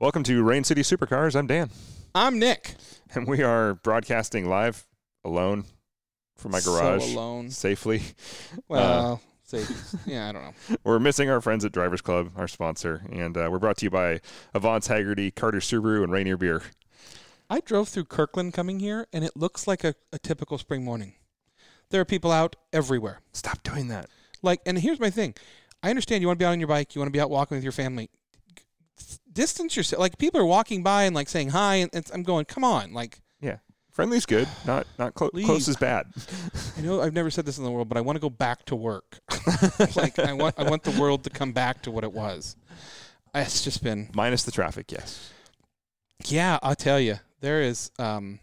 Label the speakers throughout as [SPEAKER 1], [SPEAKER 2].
[SPEAKER 1] Welcome to Rain City Supercars. I'm Dan,
[SPEAKER 2] I'm Nick.
[SPEAKER 1] and we are broadcasting live alone from my garage Uh.
[SPEAKER 2] So alone.
[SPEAKER 1] safely.
[SPEAKER 2] Well, say, yeah, I don't know.
[SPEAKER 1] We're missing our friends at Drivers Club, our sponsor, and uh, we're brought to you by Avance Haggerty, Carter Subaru, and Rainier Beer.
[SPEAKER 2] I drove through Kirkland coming here, and it looks like a, a typical spring morning. There are people out everywhere.
[SPEAKER 1] Stop doing that.
[SPEAKER 2] Like, and here's my thing. I understand you want to be out on your bike. You want to be out walking with your family. Distance yourself. Like people are walking by and like saying hi, and it's, I'm going, come on. Like,
[SPEAKER 1] Yeah, friendly's good. Not not clo-
[SPEAKER 2] Leave.
[SPEAKER 1] close is bad.
[SPEAKER 2] I know I've never said this in the world, but I want to go back to work. like I want I want the world to come back to what it was. It's just been
[SPEAKER 1] Minus the traffic, yes.
[SPEAKER 2] Yeah, I'll tell you. There is. Um,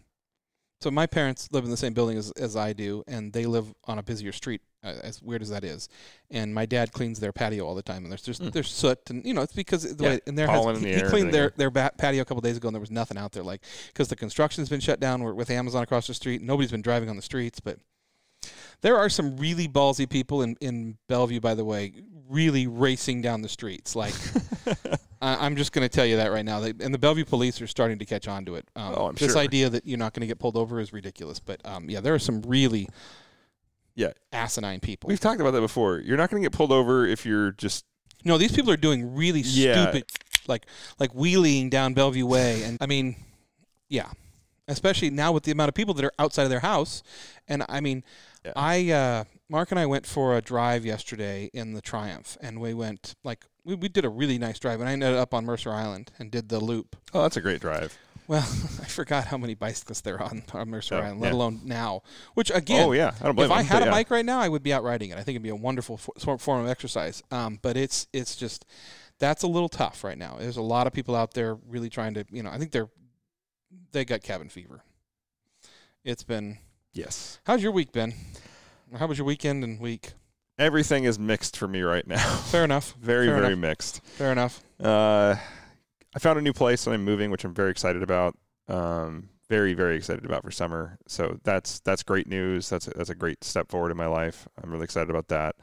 [SPEAKER 2] so my parents live in the same building as, as I do, and they live on a busier street. Uh, as weird as that is, and my dad cleans their patio all the time, and there's just there's soot, and you know it's because of
[SPEAKER 1] Hmm.
[SPEAKER 2] the
[SPEAKER 1] Yeah,
[SPEAKER 2] way and there
[SPEAKER 1] pollen
[SPEAKER 2] has,
[SPEAKER 1] in
[SPEAKER 2] he,
[SPEAKER 1] the
[SPEAKER 2] he
[SPEAKER 1] air,
[SPEAKER 2] cleaned their
[SPEAKER 1] everything.
[SPEAKER 2] their bat patio a couple days ago, and there was nothing out there, like because the construction's been shut down. We're with Amazon across the street, and nobody's been driving on the streets, but there are some really ballsy people in in Bellevue, by the way, really racing down the streets, like. I- I'm just going to tell you that right now. They, and the Bellevue police are starting to catch on to it. Um,
[SPEAKER 1] Oh, I'm
[SPEAKER 2] this
[SPEAKER 1] sure.
[SPEAKER 2] idea that you're not going to get pulled over is ridiculous. But um, yeah, there are some really
[SPEAKER 1] Yeah.
[SPEAKER 2] asinine people.
[SPEAKER 1] We've talked about that before. You're not going to get pulled over if you're just
[SPEAKER 2] no, these people are doing really
[SPEAKER 1] Yeah.
[SPEAKER 2] stupid, like like wheeling down Bellevue Way. And I mean, yeah, especially now with the amount of people that are outside of their house. And I mean,
[SPEAKER 1] Yeah.
[SPEAKER 2] I uh, Mark and I went for a drive yesterday in the Triumph, and we went like we, we did a really nice drive, and I ended up on Mercer Island and did the loop.
[SPEAKER 1] oh, that's a great drive.
[SPEAKER 2] Well, I forgot how many bicyclists there are on, on Mercer
[SPEAKER 1] Oh,
[SPEAKER 2] Island, let
[SPEAKER 1] yeah.
[SPEAKER 2] alone now. Which again,
[SPEAKER 1] oh yeah, I don't blame.
[SPEAKER 2] if I
[SPEAKER 1] him,
[SPEAKER 2] had
[SPEAKER 1] but
[SPEAKER 2] a
[SPEAKER 1] yeah.
[SPEAKER 2] bike right now, I would be out riding it. I think it'd be a wonderful fo- sor- form of exercise. Um, but it's it's just that's a little tough right now. There's a lot of people out there really trying to, you know, I think they're they got cabin fever. It's been
[SPEAKER 1] yes,
[SPEAKER 2] how's your week been? How was your weekend and week?
[SPEAKER 1] everything is mixed for me right now.
[SPEAKER 2] Fair enough.
[SPEAKER 1] very,
[SPEAKER 2] Fair
[SPEAKER 1] very
[SPEAKER 2] enough.
[SPEAKER 1] mixed.
[SPEAKER 2] Fair enough.
[SPEAKER 1] Uh, I found a new place that I'm moving, which I'm very excited about. Um, very, very excited about for summer. So that's that's great news. That's a, that's a great step forward in my life. I'm really excited about that.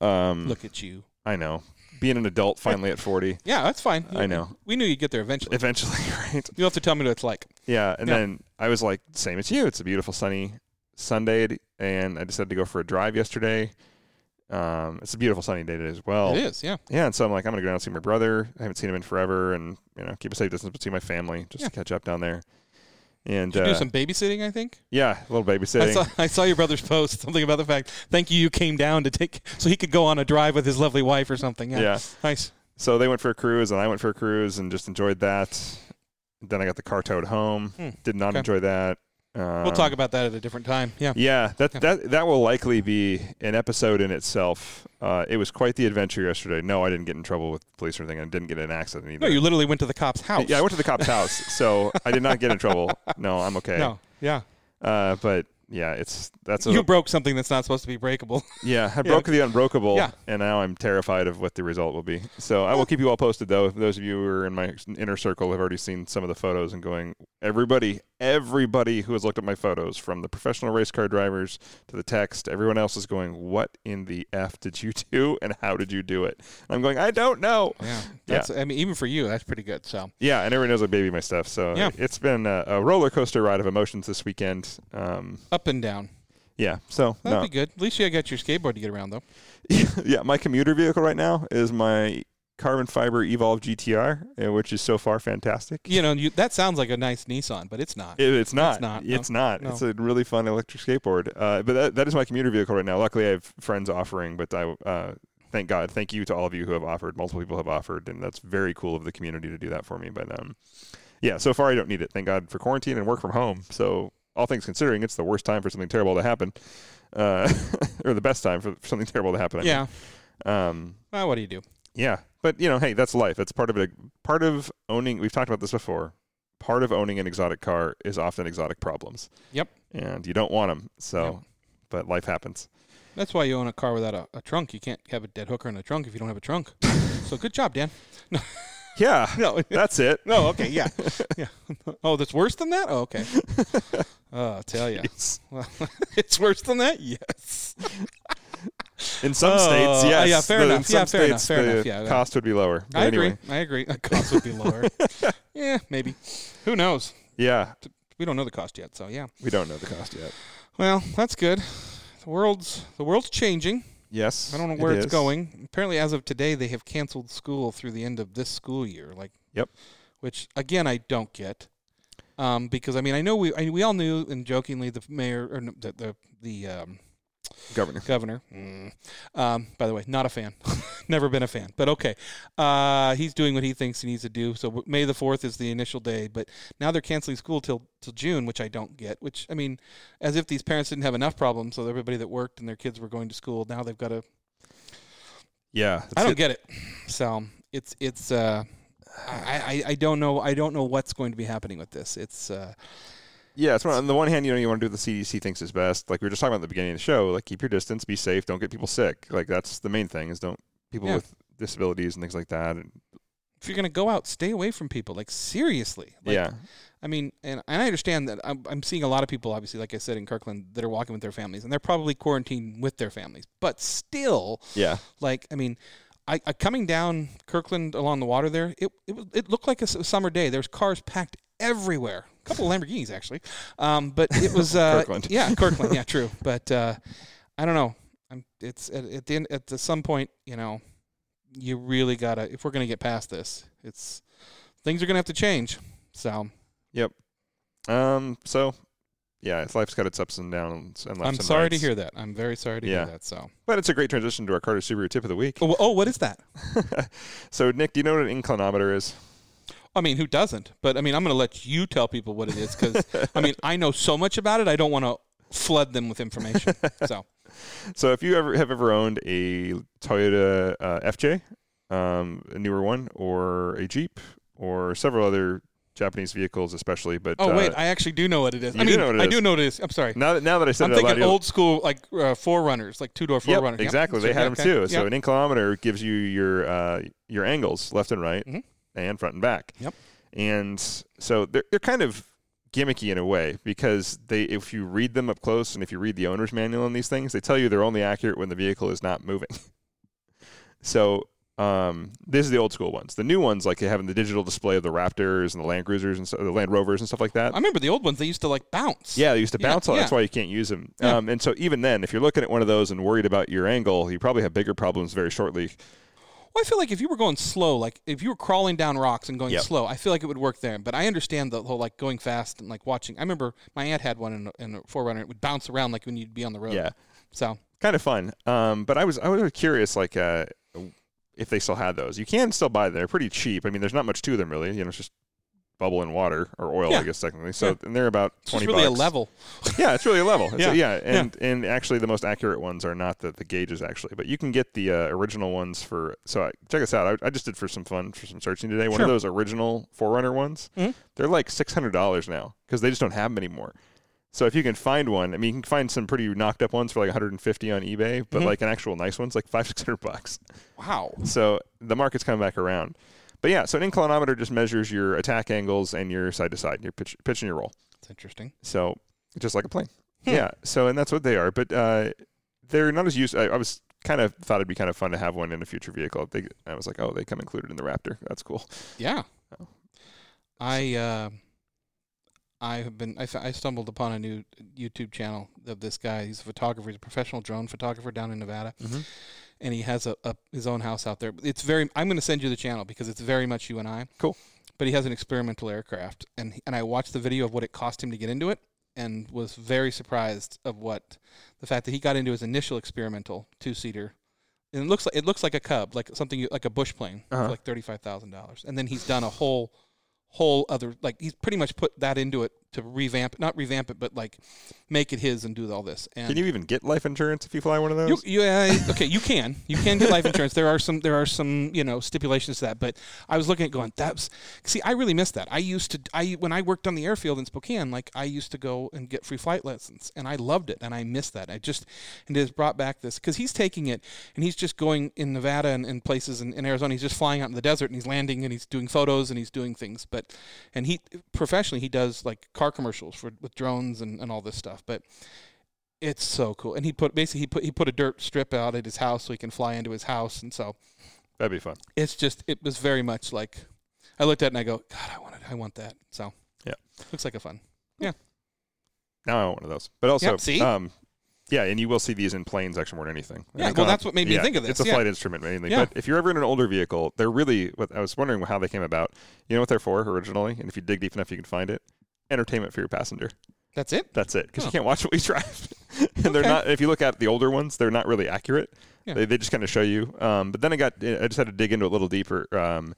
[SPEAKER 1] Um,
[SPEAKER 2] Look at you.
[SPEAKER 1] I know being an adult finally at 40.
[SPEAKER 2] Yeah, that's fine.
[SPEAKER 1] I know.
[SPEAKER 2] We knew you'd get there eventually.
[SPEAKER 1] Eventually, right?
[SPEAKER 2] You'll have to tell me what it's like.
[SPEAKER 1] Yeah. And
[SPEAKER 2] Yeah.
[SPEAKER 1] then I was like, same as you. It's a beautiful sunny Sunday, and I decided to go for a drive yesterday. Um, it's a beautiful sunny day today as well.
[SPEAKER 2] It is, yeah.
[SPEAKER 1] Yeah, and so I'm like, I'm gonna go down and see my brother. I haven't seen him in forever, and you know, keep a safe distance, but see my family, just
[SPEAKER 2] Yeah.
[SPEAKER 1] to catch up down there. And
[SPEAKER 2] Did you
[SPEAKER 1] uh,
[SPEAKER 2] do some babysitting, I think?
[SPEAKER 1] yeah, a little
[SPEAKER 2] I
[SPEAKER 1] babysitting.
[SPEAKER 2] saw, I saw your brother's post something about the fact thank you you came down to take so he could go on a drive with his lovely wife or something yeah,
[SPEAKER 1] Yeah.
[SPEAKER 2] nice
[SPEAKER 1] So they went for a cruise, and I went for a cruise, and just enjoyed that. Then I got the car towed home.
[SPEAKER 2] Hmm,
[SPEAKER 1] Did not
[SPEAKER 2] okay.
[SPEAKER 1] enjoy that. Um,
[SPEAKER 2] we'll talk about that at a different time yeah
[SPEAKER 1] Yeah, that
[SPEAKER 2] Yeah.
[SPEAKER 1] that that will likely be an episode in itself. Uh, it was quite the adventure yesterday. No, I didn't get in trouble with the police or anything. I didn't get in an accident either.
[SPEAKER 2] no you literally went to the cop's house
[SPEAKER 1] yeah, I went to the cop's house, so I did not get in trouble. No, I'm okay.
[SPEAKER 2] no yeah
[SPEAKER 1] Uh, but yeah, it's that's a
[SPEAKER 2] you broke something that's not supposed to be breakable
[SPEAKER 1] Yeah, I broke the unbreakable,
[SPEAKER 2] Yeah.
[SPEAKER 1] and now I'm terrified of what the result will be. So I will keep you all posted, though. If Those of you who are in my inner circle have already seen some of the photos and going, everybody, everybody who has looked at my photos, from the professional race car drivers to the text, everyone else is going, what in the F did you do, and how did you do it? And I'm going, I don't know.
[SPEAKER 2] yeah that's I mean even for you that's pretty good so
[SPEAKER 1] Yeah, and everyone knows I baby my stuff. So
[SPEAKER 2] Yeah.
[SPEAKER 1] it's been a, a roller coaster ride of emotions this weekend. Um,
[SPEAKER 2] up and down
[SPEAKER 1] yeah, so
[SPEAKER 2] that'd
[SPEAKER 1] no.
[SPEAKER 2] be good at least you got your skateboard to get around though
[SPEAKER 1] yeah, my commuter vehicle right now is my carbon fiber Evolve GTR, uh, which is so far fantastic.
[SPEAKER 2] you know you, that sounds like a nice Nissan but it's not
[SPEAKER 1] It- it's not. It's
[SPEAKER 2] not,
[SPEAKER 1] not.
[SPEAKER 2] no.
[SPEAKER 1] It's, not.
[SPEAKER 2] No.
[SPEAKER 1] it's a really fun electric skateboard. Uh, but that, that is my commuter vehicle right now. Luckily, I have friends offering, but I uh, thank God, thank you to all of you who have offered. Multiple people have offered, and that's very cool of the community to do that for me. But um, yeah, so far I don't need it. Thank God for quarantine and work from home. So all things considering, it's the worst time for something terrible to happen, uh, or the best time for something terrible to happen. I mean.
[SPEAKER 2] yeah
[SPEAKER 1] Um,
[SPEAKER 2] well what do you do
[SPEAKER 1] yeah, but you know, hey, that's life. That's part of it. Part of owning. We've talked about this before. Part of owning an exotic car is often exotic problems.
[SPEAKER 2] Yep.
[SPEAKER 1] And you don't want them. So, but life happens.
[SPEAKER 2] that's why you own a car without a, a trunk you can't have a dead hooker in a trunk if you don't have a trunk so good job Dan
[SPEAKER 1] Yeah.
[SPEAKER 2] no
[SPEAKER 1] That's it.
[SPEAKER 2] No, Oh, okay, yeah, yeah. Oh, that's worse than that. Oh, okay. Oh, I'll tell you,
[SPEAKER 1] It's-
[SPEAKER 2] it's worse than that. Yes.
[SPEAKER 1] In some states,
[SPEAKER 2] Uh,
[SPEAKER 1] yes.
[SPEAKER 2] yeah, fair
[SPEAKER 1] The- in
[SPEAKER 2] enough.
[SPEAKER 1] some
[SPEAKER 2] Yeah, fair enough,
[SPEAKER 1] states,
[SPEAKER 2] fair
[SPEAKER 1] the
[SPEAKER 2] enough. Yeah, that-
[SPEAKER 1] cost would be lower. But
[SPEAKER 2] I
[SPEAKER 1] anyway,
[SPEAKER 2] agree. I agree. Uh, Costs would be lower. yeah, maybe. Who knows?
[SPEAKER 1] Yeah,
[SPEAKER 2] We don't know the cost yet, so yeah.
[SPEAKER 1] we don't know the cost yet.
[SPEAKER 2] Well, that's good. The world's the world's changing.
[SPEAKER 1] Yes,
[SPEAKER 2] I don't know
[SPEAKER 1] it
[SPEAKER 2] where it's
[SPEAKER 1] is.
[SPEAKER 2] going. Apparently, as of today, they have canceled school through the end of this school year. Like,
[SPEAKER 1] Yep.
[SPEAKER 2] Which again, I don't get, um, because I mean, I know we I, we all knew, and jokingly, the mayor or no, the the, the um,
[SPEAKER 1] Governor.
[SPEAKER 2] governor. Mm. Um, by the way, not a fan. Never been a fan. But okay, uh, he's doing what he thinks he needs to do. So w- May the fourth is the initial day, but now they're canceling school till till June, which I don't get. Which I mean, as if these parents didn't have enough problems. So everybody that worked and their kids were going to school now they've got to.
[SPEAKER 1] Yeah,
[SPEAKER 2] I
[SPEAKER 1] that's
[SPEAKER 2] don't
[SPEAKER 1] it.
[SPEAKER 2] get it. So it's it's. Uh, I, I, I don't know I don't know what's going to be happening with this. It's uh,
[SPEAKER 1] Yeah, it's one, on the one hand, you know, you want to do what the CDC thinks is best. Like we were just talking about at the beginning of the show, like keep your distance, be safe, don't get people sick. Like that's the main thing is don't people
[SPEAKER 2] Yeah.
[SPEAKER 1] with disabilities and things like that. And,
[SPEAKER 2] if you're gonna go out, stay away from people. Like seriously. Like,
[SPEAKER 1] yeah,
[SPEAKER 2] I mean, and, and I understand that I'm, I'm seeing a lot of people, obviously, like I said in Kirkland, that are walking with their families, and they're probably quarantined with their families. But still,
[SPEAKER 1] yeah,
[SPEAKER 2] like, I mean, I, I coming down Kirkland along the water there, it it, was- it looked like a s- summer day. There's cars packed everywhere. A couple of Lamborghinis actually, um, but it was uh,
[SPEAKER 1] Kirkland.
[SPEAKER 2] Yeah, Kirkland. Yeah, true. But uh, I don't know. I'm, it's at, at the end, at the, some point, you know, you really gotta. If we're gonna get past this, it's things are gonna have to change. So.
[SPEAKER 1] Um. So, yeah, it's life's got its ups and downs and lefts.
[SPEAKER 2] I'm
[SPEAKER 1] and
[SPEAKER 2] sorry to
[SPEAKER 1] rights.
[SPEAKER 2] hear that. I'm very sorry to
[SPEAKER 1] Yeah.
[SPEAKER 2] hear that. So,
[SPEAKER 1] but it's a great transition to our Carter Subaru tip of the week.
[SPEAKER 2] oh, oh, what is that?
[SPEAKER 1] so, Nick, do you know what an inclinometer is?
[SPEAKER 2] I mean, who doesn't? But I mean, I'm going to let you tell people what it is because I mean, I know so much about it. I don't want to flood them with information. So,
[SPEAKER 1] So, if you ever have ever owned a Toyota uh, FJ, um, a newer one, or a Jeep, or several other Japanese vehicles, especially, but
[SPEAKER 2] oh
[SPEAKER 1] uh,
[SPEAKER 2] wait, I actually do know what it is.
[SPEAKER 1] you
[SPEAKER 2] I
[SPEAKER 1] do
[SPEAKER 2] mean,
[SPEAKER 1] know what it
[SPEAKER 2] I
[SPEAKER 1] is.
[SPEAKER 2] do know what it is. I'm sorry.
[SPEAKER 1] now that now that I said
[SPEAKER 2] I'm
[SPEAKER 1] it out loud,
[SPEAKER 2] thinking
[SPEAKER 1] you'll-
[SPEAKER 2] old school like uh, forerunners, like two door
[SPEAKER 1] Yep,
[SPEAKER 2] forerunner. Yep,
[SPEAKER 1] exactly. They
[SPEAKER 2] sure,
[SPEAKER 1] had them
[SPEAKER 2] okay.
[SPEAKER 1] too. So
[SPEAKER 2] Yep.
[SPEAKER 1] an inclinometer gives you your uh, your angles left and right,
[SPEAKER 2] Mhm.
[SPEAKER 1] and front and back.
[SPEAKER 2] Yep.
[SPEAKER 1] And so they're they're kind of gimmicky in a way because they if you read them up close and if you read the owner's manual on these things, they tell you they're only accurate when the vehicle is not moving. so um, this is the old school ones. The new ones, like they have in the digital display of the Raptors and the Land Cruisers and so, the Land Rovers and stuff like that.
[SPEAKER 2] I remember the old ones. They used to like bounce.
[SPEAKER 1] Yeah, they used to
[SPEAKER 2] Yeah,
[SPEAKER 1] bounce a lot. That's
[SPEAKER 2] yeah.
[SPEAKER 1] why you can't use them.
[SPEAKER 2] Yeah.
[SPEAKER 1] Um, and so even then, if you're looking at one of those and worried about your angle, you probably have bigger problems very shortly.
[SPEAKER 2] Well, I feel like if you were going slow, like if you were crawling down rocks and going
[SPEAKER 1] Yep.
[SPEAKER 2] slow, I feel like it would work there. But I understand the whole like going fast and like watching. I remember my aunt had one in a, in a Forerunner. It would bounce around like when you'd be on the road.
[SPEAKER 1] Yeah,
[SPEAKER 2] So
[SPEAKER 1] kind of fun. Um, but I was I was curious, like uh, if they still had those. You can still buy them. They're pretty cheap. I mean, there's not much to them really. You know, it's just bubble and water or oil,
[SPEAKER 2] Yeah.
[SPEAKER 1] I guess technically. So
[SPEAKER 2] Yeah.
[SPEAKER 1] and they're about
[SPEAKER 2] it's just
[SPEAKER 1] twenty.
[SPEAKER 2] really
[SPEAKER 1] bucks.
[SPEAKER 2] a level.
[SPEAKER 1] Yeah, it's really a level. It's a-
[SPEAKER 2] Yeah.
[SPEAKER 1] yeah, and and actually the most accurate ones are not the, the gauges actually, but you can get the uh, original ones for. So I, check this out. I, I just did for some fun for some searching today. One
[SPEAKER 2] Sure.
[SPEAKER 1] of those original Forerunner ones.
[SPEAKER 2] Mhm.
[SPEAKER 1] They're like six hundred dollars now because they just don't have them anymore. So if you can find one, I mean, you can find some pretty knocked up ones for like 150 on eBay, but
[SPEAKER 2] Mhm.
[SPEAKER 1] like an actual nice one's like five six hundred bucks.
[SPEAKER 2] Wow.
[SPEAKER 1] So the market's coming back around. But yeah, so an inclinometer just measures your attack angles and your side to side, your pitch, pitch and your roll.
[SPEAKER 2] That's interesting.
[SPEAKER 1] So just like a plane.
[SPEAKER 2] Hmm.
[SPEAKER 1] Yeah. So and that's what they are, but uh, they're not as used. I, I was kind of thought it'd be kind of fun to have one in a future vehicle. They, I was like, oh, they come included in the Raptor. That's cool.
[SPEAKER 2] Yeah.
[SPEAKER 1] Oh.
[SPEAKER 2] I uh, I have been I, f- I stumbled upon a new YouTube channel of this guy. He's a photographer. He's a professional drone photographer down in Nevada. and he has a, a his own house out there. It's very. I'm going to send you the channel because it's very much you and I.
[SPEAKER 1] Cool.
[SPEAKER 2] But he has an experimental aircraft, and he- and I watched the video of what it cost him to get into it, and was very surprised of what the fact that he got into his initial experimental two seater, and it looks like it looks like a cub, like something you- like a bush plane
[SPEAKER 1] Uh-huh.
[SPEAKER 2] for like thirty five thousand dollars, and then he's done a whole whole other like he's pretty much put that into it to revamp not revamp it but like make it his and do all this and
[SPEAKER 1] Can you even get life insurance if you fly one of those?
[SPEAKER 2] you, you, uh, okay, you can. You can get life insurance. There are some there are some, you know, stipulations to that, but I was looking at going, that's see, I really missed that. I used to I when I worked on the airfield in Spokane, like I used to go and get free flight lessons and I loved it and I missed that. I just and it has brought back this because he's taking it and he's just going in Nevada and, and places in, in Arizona. He's just flying out in the desert and he's landing and he's doing photos and he's doing things. But and he professionally he does like car commercials for with drones and, and all this stuff. But It's so cool. And he put basically he put he put a dirt strip out at his house so he can fly into his house and so
[SPEAKER 1] That'd be fun.
[SPEAKER 2] it's just it was very much like I looked at it and I go, God, I want it, I want that. So
[SPEAKER 1] Yeah.
[SPEAKER 2] Looks like a fun.
[SPEAKER 1] Now I want one of those. But also,
[SPEAKER 2] Yep, see?
[SPEAKER 1] um, yeah, and you will see these in planes actually more than anything. And
[SPEAKER 2] Yeah,
[SPEAKER 1] they're
[SPEAKER 2] well
[SPEAKER 1] not-
[SPEAKER 2] that's what made me
[SPEAKER 1] yeah,
[SPEAKER 2] think of this.
[SPEAKER 1] It's a
[SPEAKER 2] yeah.
[SPEAKER 1] flight instrument, mainly.
[SPEAKER 2] Yeah.
[SPEAKER 1] But if you're ever in an older vehicle, they're really. What I was wondering how they came about. You know what they're for originally, and if you dig deep enough, you can find it. Entertainment for your passenger.
[SPEAKER 2] That's it?
[SPEAKER 1] That's it, because
[SPEAKER 2] Huh.
[SPEAKER 1] you can't watch what we drive. and they're
[SPEAKER 2] Oh. Okay.
[SPEAKER 1] not. If you look at the older ones, they're not really accurate.
[SPEAKER 2] Yeah.
[SPEAKER 1] They, they just kind of show you. Um, but then I got. I just had to dig into it a little deeper. Um,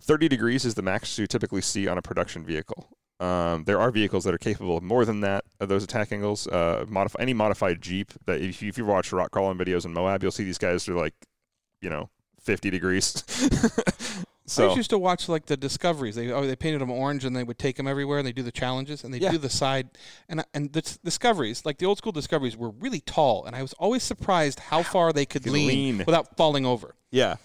[SPEAKER 1] Thirty degrees is the max you typically see on a production vehicle. Um, there are vehicles that are capable of more than that of those attack angles. Uh, modif- any modified Jeep that if, you- if you watch rock crawling videos in Moab, you'll see these guys are like, you know, fifty degrees.
[SPEAKER 2] I
[SPEAKER 1] so
[SPEAKER 2] always used to watch like the discoveries. They oh, they painted them orange and they would take them everywhere and they do the challenges and they
[SPEAKER 1] Yeah.
[SPEAKER 2] do the side and and the s- discoveries like the old school discoveries were really tall and I was always surprised how far they could
[SPEAKER 1] Could
[SPEAKER 2] lean,
[SPEAKER 1] lean.
[SPEAKER 2] without falling over.
[SPEAKER 1] yeah,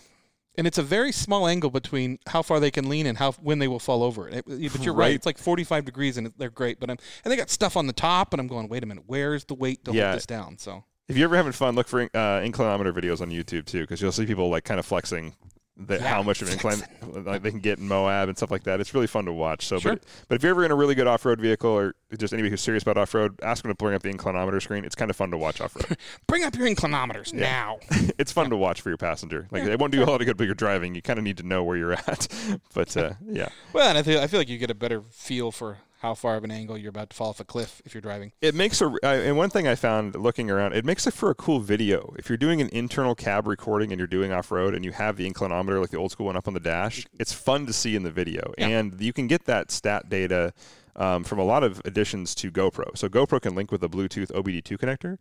[SPEAKER 2] And it's a very small angle between how far they can lean and how when they will fall over. It, but you're right.
[SPEAKER 1] Right.
[SPEAKER 2] It's like 45 degrees and it- they're great. But I'm and they got stuff on the top and I'm going. Wait a minute. Where's the weight to
[SPEAKER 1] Yeah.
[SPEAKER 2] hold this down? So
[SPEAKER 1] If you're ever having fun, look for uh, inclinometer videos on YouTube too, because you'll see people like kind of flexing that
[SPEAKER 2] Yeah,
[SPEAKER 1] how much of an incline like they can get in Moab and stuff like that. It's really fun to watch. So,
[SPEAKER 2] Sure.
[SPEAKER 1] but but if you're ever in a really good off road vehicle or just anybody who's serious about off road, ask them to bring up the inclinometer screen. It's kind of fun to watch off road.
[SPEAKER 2] bring up your inclinometers now.
[SPEAKER 1] it's fun to watch for your passenger. Like it won't do a lot of good, but you're driving. You kind of need to know where you're at. but uh, yeah,
[SPEAKER 2] well, and I feel I feel like you get a better feel for how far of an angle you're about to fall off a cliff if you're driving.
[SPEAKER 1] it makes a I- and one thing I found looking around, it makes it for a cool video. If you're doing an internal cab recording and you're doing off road and you have the inclinometer like the old school one up on the dash, it's fun to see in the video,
[SPEAKER 2] Yeah.
[SPEAKER 1] and you can get that stat data um, from a lot of additions to GoPro. So GoPro can link with a Bluetooth OBD2 connector.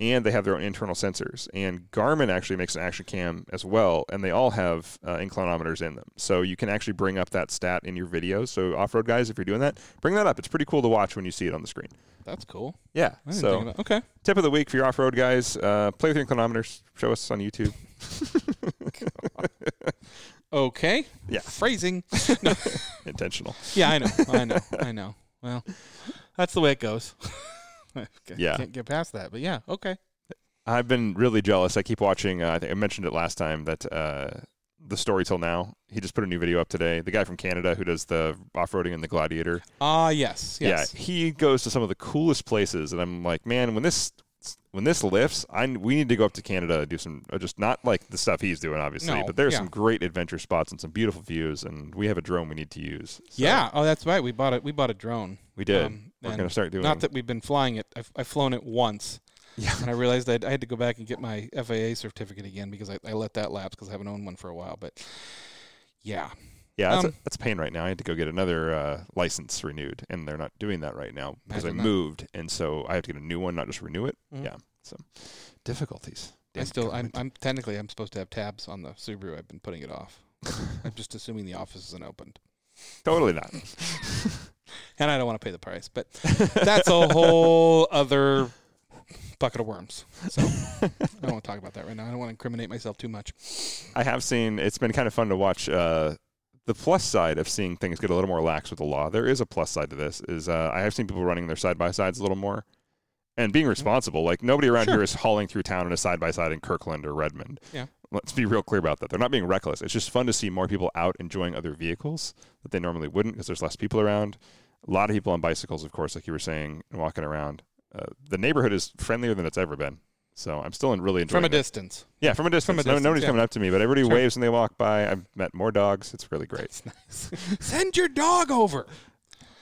[SPEAKER 1] And they have their own internal sensors. And Garmin actually makes an action cam as well, and they all have uh, inclinometers in them. So you can actually bring up that stat in your videos. So off road guys, if you're doing that, bring that up. It's pretty cool to watch when you see it on the screen.
[SPEAKER 2] That's cool.
[SPEAKER 1] Yeah.
[SPEAKER 2] I didn't
[SPEAKER 1] So
[SPEAKER 2] think about, okay.
[SPEAKER 1] tip of the week for your off-road guys: uh, play with your inclinometers. Show us on YouTube.
[SPEAKER 2] Okay.
[SPEAKER 1] Yeah.
[SPEAKER 2] Phrasing.
[SPEAKER 1] Intentional.
[SPEAKER 2] Yeah, I know. I know. I know. Well, that's the way it goes. okay.
[SPEAKER 1] Yeah.
[SPEAKER 2] Can't get past that. But yeah. Okay.
[SPEAKER 1] I've been really jealous. I keep watching. Uh, I think I mentioned it last time that uh, the story till now. He just put a new video up today. The guy from Canada who does the off-roading and the Gladiator.
[SPEAKER 2] Ah, yes. Yes.
[SPEAKER 1] Yeah, he goes to some of the coolest places, and I'm like, man, when this when this lifts, I we need to go up to Canada and do some uh, just not like the stuff he's doing, obviously,
[SPEAKER 2] No,
[SPEAKER 1] but there's
[SPEAKER 2] yeah.
[SPEAKER 1] some great adventure spots and some beautiful views, and we have a drone we need to use. So
[SPEAKER 2] Yeah. Oh, that's right. We bought it. We bought a drone.
[SPEAKER 1] we did.
[SPEAKER 2] Um,
[SPEAKER 1] We're
[SPEAKER 2] and
[SPEAKER 1] gonna start doing
[SPEAKER 2] Not that we've been flying it. I've, I've flown it once.
[SPEAKER 1] Yeah.
[SPEAKER 2] And I realized I'd, I had to go back and get my FAA certificate again because I, I let that lapse because I haven't owned one for a while. But yeah.
[SPEAKER 1] Yeah, that's,
[SPEAKER 2] Um,
[SPEAKER 1] a, that's a pain right now. I had to go get another uh, license renewed, and they're not doing that right now because I
[SPEAKER 2] Imagine that.
[SPEAKER 1] moved, and so I have to get a new one, not just renew it.
[SPEAKER 2] Mhm.
[SPEAKER 1] Yeah, so difficulties.
[SPEAKER 2] I
[SPEAKER 1] Damn
[SPEAKER 2] still, I'm,
[SPEAKER 1] government.
[SPEAKER 2] I'm technically, I'm supposed to have tabs on the Subaru. I've been putting it off. I'm just assuming the office isn't opened.
[SPEAKER 1] totally not.
[SPEAKER 2] and I don't want to pay the price. But that's a whole other bucket of worms. So I don't want to talk about that right now. I don't want to incriminate myself too much.
[SPEAKER 1] I have seen. It's been kind of fun to watch. Uh, the plus side of seeing things get a little more lax with the law, there is a plus side to this. Is uh, I have seen people running their side by sides a little more, and being responsible. Like nobody around
[SPEAKER 2] Mm-hmm. Sure.
[SPEAKER 1] here is hauling through town in a side by side in Kirkland or Redmond.
[SPEAKER 2] Yeah.
[SPEAKER 1] Let's be real clear about that. They're not being reckless. It's just fun to see more people out enjoying other vehicles that they normally wouldn't because there's less people around. A lot of people on bicycles, of course, like you were saying, and walking around. Uh, the neighborhood is friendlier than it's ever been. So I'm still in really enjoying
[SPEAKER 2] From a
[SPEAKER 1] it.
[SPEAKER 2] distance.
[SPEAKER 1] Yeah, from a distance. no,
[SPEAKER 2] distance,
[SPEAKER 1] nobody's
[SPEAKER 2] yeah.
[SPEAKER 1] coming up to me, but everybody
[SPEAKER 2] Sure.
[SPEAKER 1] waves when they walk by. I've met more dogs. It's really great.
[SPEAKER 2] It's nice. Send your dog over.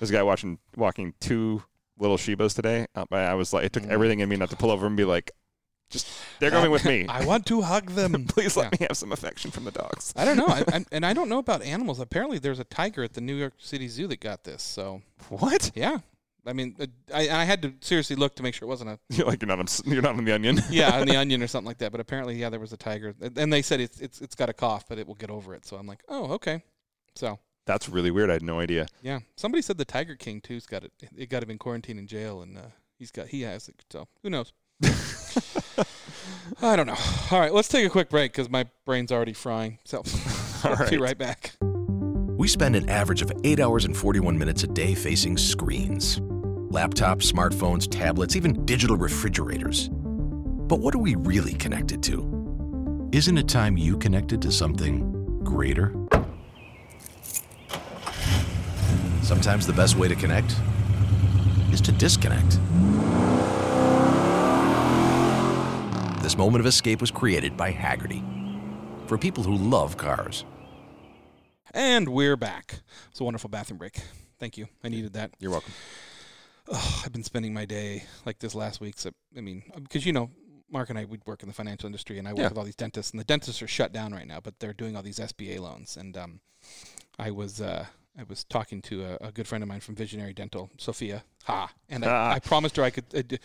[SPEAKER 1] There's a guy watching walking two little Shibas today. Uh, I I was like, it took
[SPEAKER 2] Mm.
[SPEAKER 1] everything in me not to pull over and be like, just they're going with me.
[SPEAKER 2] I want to hug them.
[SPEAKER 1] Please let me have some affection from the dogs.
[SPEAKER 2] I don't know. I, I, and I don't know about animals. Apparently, there's a tiger at the New York City Zoo that got this. So
[SPEAKER 1] What?
[SPEAKER 2] yeah. I mean, uh, I, and I had to seriously look to make sure it wasn't a
[SPEAKER 1] You're like you're not on, s- you're not on the onion.
[SPEAKER 2] yeah on the onion or something like that. But apparently, yeah, there was a tiger, and they said it's it's it's got a cough, but it will get over it. So I'm like, oh, okay. So
[SPEAKER 1] That's really weird. I had no idea.
[SPEAKER 2] Yeah, somebody said the Tiger King too's got it. It got him in quarantine in jail, and uh, he's got he has it. So who knows? I don't know. All right, let's take a quick break because my brain's already frying. So
[SPEAKER 1] All
[SPEAKER 2] we'll be
[SPEAKER 1] right.
[SPEAKER 2] right back.
[SPEAKER 3] We spend an average of 8 hours and 41 minutes a day facing screens. laptops, smartphones, tablets, even digital refrigerators. But what are we really connected to? Isn't it time you connected to something greater? Sometimes the best way to connect is to disconnect. This moment of escape was created by Haggerty for people who love cars.
[SPEAKER 2] And we're back. It's a wonderful bathroom break. Thank you. I needed that.
[SPEAKER 1] You're welcome.
[SPEAKER 2] Ugh, I've been spending my day like this last week. So, I mean, because you know, Mark and I we work in the financial industry, and I work
[SPEAKER 1] Yeah.
[SPEAKER 2] with all these dentists, and the dentists are shut down right now, but they're doing all these SBA loans. And um, I was uh, I was talking to a, a good friend of mine from Visionary Dental, Sophia Ha, and I,
[SPEAKER 1] Ah.
[SPEAKER 2] I promised her I could. I, d-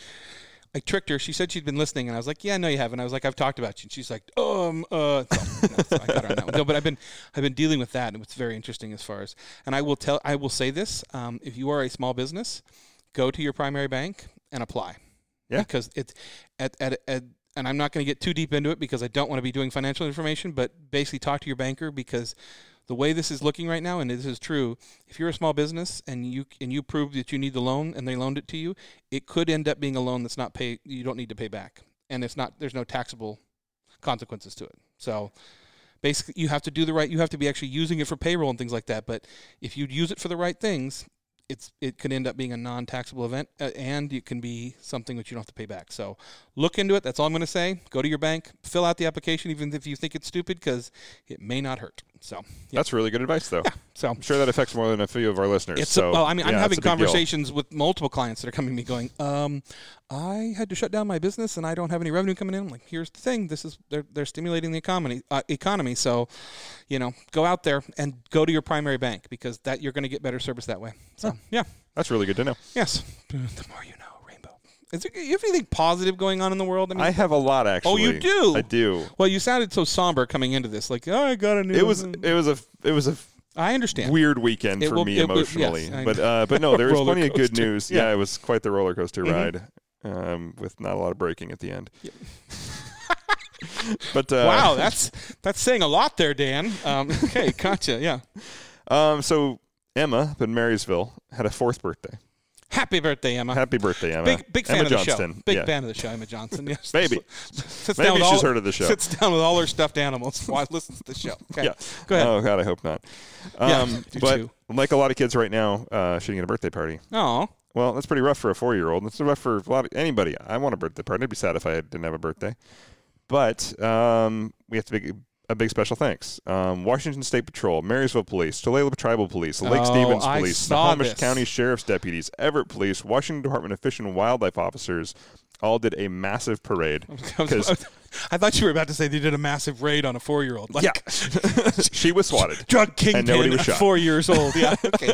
[SPEAKER 2] I tricked her. She said she'd been listening, and I was like, "Yeah, no, you haven't." I was like, "I've talked about you," and she's like, "Um, uh." so, no, so I got her on that one. No, but I've been I've been dealing with that, and it's very interesting as far as. And I will tell I will say this: um, if you are a small business, go to your primary bank and apply.
[SPEAKER 1] Yeah.
[SPEAKER 2] because it's at at. at and I'm not going to get too deep into it because I don't want to be doing financial information, but basically talk to your banker because the way this is looking right now, and this is true, if you're a small business and you and you prove that you need the loan and they loaned it to you, it could end up being a loan that's not pay you don't need to pay back, and it's not there's no taxable consequences to it. So basically, you have to do the right. You have to be actually using it for payroll and things like that. But if you use it for the right things, it's it could end up being a non-taxable event, uh, and it can be something that you don't have to pay back. So look into it. That's all I'm going to say. Go to your bank, fill out the application, even if you think it's stupid, because it may not hurt. So yeah.
[SPEAKER 1] That's really good advice, though.
[SPEAKER 2] so
[SPEAKER 1] I'm sure that affects more than a few of our listeners.
[SPEAKER 2] it's
[SPEAKER 1] so,
[SPEAKER 2] well, I mean,
[SPEAKER 1] yeah,
[SPEAKER 2] I'm
[SPEAKER 1] it's
[SPEAKER 2] having
[SPEAKER 1] a big deal.
[SPEAKER 2] conversations with multiple clients that are coming to me going, um, I had to shut down my business and I don't have any revenue coming in. I'm like, here's the thing. This is they're, they're stimulating the economy, uh, economy. So, you know, go out there and go to your primary bank because that you're going to get better service that way. So, yeah,
[SPEAKER 1] That's really good to know.
[SPEAKER 2] yes. The more you know, rainbow. Is there, you have anything positive going on in the world? I mean,
[SPEAKER 1] I have a lot actually.
[SPEAKER 2] Mm. Oh, you do?
[SPEAKER 1] I do.
[SPEAKER 2] well, you sounded so somber coming into this. Like, oh, I got a new.
[SPEAKER 1] It was it was a it was a
[SPEAKER 2] I understand.
[SPEAKER 1] weird weekend
[SPEAKER 2] It
[SPEAKER 1] for
[SPEAKER 2] will-
[SPEAKER 1] me
[SPEAKER 2] it will- yes,
[SPEAKER 1] emotionally.
[SPEAKER 2] I
[SPEAKER 1] but
[SPEAKER 2] know.
[SPEAKER 1] uh, but no, there was
[SPEAKER 2] Roller
[SPEAKER 1] plenty of good
[SPEAKER 2] coaster.
[SPEAKER 1] news.
[SPEAKER 2] Yeah.
[SPEAKER 1] Yeah. it was quite the roller coaster
[SPEAKER 2] Mhm.
[SPEAKER 1] ride, um, with not a lot of breaking at the end. but uh,
[SPEAKER 2] wow, that's that's saying a lot there, Dan. Um, okay, gotcha. Yeah.
[SPEAKER 1] Um, so Emma up in Marysville had a fourth birthday.
[SPEAKER 2] Happy birthday, Emma.
[SPEAKER 1] Happy birthday, Emma.
[SPEAKER 2] Big big fan
[SPEAKER 1] Emma
[SPEAKER 2] of the
[SPEAKER 1] Johnston.
[SPEAKER 2] show. Big
[SPEAKER 1] yeah.
[SPEAKER 2] fan of the show, Emma Johnson. Yes.
[SPEAKER 1] Maybe.
[SPEAKER 2] Sits
[SPEAKER 1] Maybe
[SPEAKER 2] with
[SPEAKER 1] she's
[SPEAKER 2] all-
[SPEAKER 1] heard of the show.
[SPEAKER 2] Sits down with all her stuffed animals while listens to the show. Okay.
[SPEAKER 1] Yeah.
[SPEAKER 2] Go ahead.
[SPEAKER 1] Oh God, I hope not.
[SPEAKER 2] Yeah,
[SPEAKER 1] Um,
[SPEAKER 2] I do
[SPEAKER 1] but
[SPEAKER 2] too.
[SPEAKER 1] like a lot of kids right now, uh, shooting at a birthday party.
[SPEAKER 2] Oh.
[SPEAKER 1] Well, that's pretty rough for a four-year-old. That's rough for a lot of anybody. I want a birthday party. I'd be sad if I didn't have a birthday. But um, we have to make a big special thanks. Um, Washington State Patrol, Marysville Police, Tulalip Tribal Police, Lake
[SPEAKER 2] Oh,
[SPEAKER 1] Stevens
[SPEAKER 2] I
[SPEAKER 1] Police,
[SPEAKER 2] saw
[SPEAKER 1] Snohomish
[SPEAKER 2] this.
[SPEAKER 1] County Sheriff's deputies, Everett Police, Washington Department of Fish and Wildlife officers all did a massive parade.
[SPEAKER 2] I, was-
[SPEAKER 1] 'Cause-
[SPEAKER 2] I thought you were about to say they did a massive raid on a four year old. Like
[SPEAKER 1] yeah, she was swatted.
[SPEAKER 2] drug kingpin
[SPEAKER 1] nobody was
[SPEAKER 2] at
[SPEAKER 1] shot.
[SPEAKER 2] four years old. Yeah. Okay.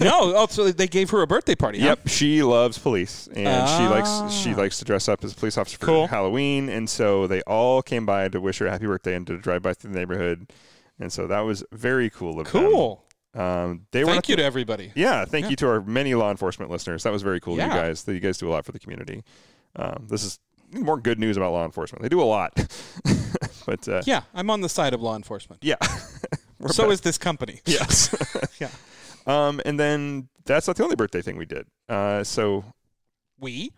[SPEAKER 2] no, also they gave her a birthday party. huh?
[SPEAKER 1] Yep, she loves police, and she
[SPEAKER 2] Ah.
[SPEAKER 1] likes she likes to dress up as a police officer for
[SPEAKER 2] Cool.
[SPEAKER 1] Halloween. And so they all came by to wish her a happy birthday and to drive by through the neighborhood. And so that was very cool of them.
[SPEAKER 2] Cool.
[SPEAKER 1] Um, they were
[SPEAKER 2] Thank you to everybody.
[SPEAKER 1] yeah, thank
[SPEAKER 2] Yeah.
[SPEAKER 1] you to our many law enforcement listeners. That was very cool.
[SPEAKER 2] Yeah.
[SPEAKER 1] You guys, that you guys do a lot for the community. Um, this is more good news about law enforcement. They do a lot, but uh,
[SPEAKER 2] Yeah, I'm on the side of law enforcement.
[SPEAKER 1] yeah. We're
[SPEAKER 2] so
[SPEAKER 1] back.
[SPEAKER 2] is this company.
[SPEAKER 1] Yes.
[SPEAKER 2] Yeah.
[SPEAKER 1] Um, and then that's not the only birthday thing we did. Uh, so
[SPEAKER 2] We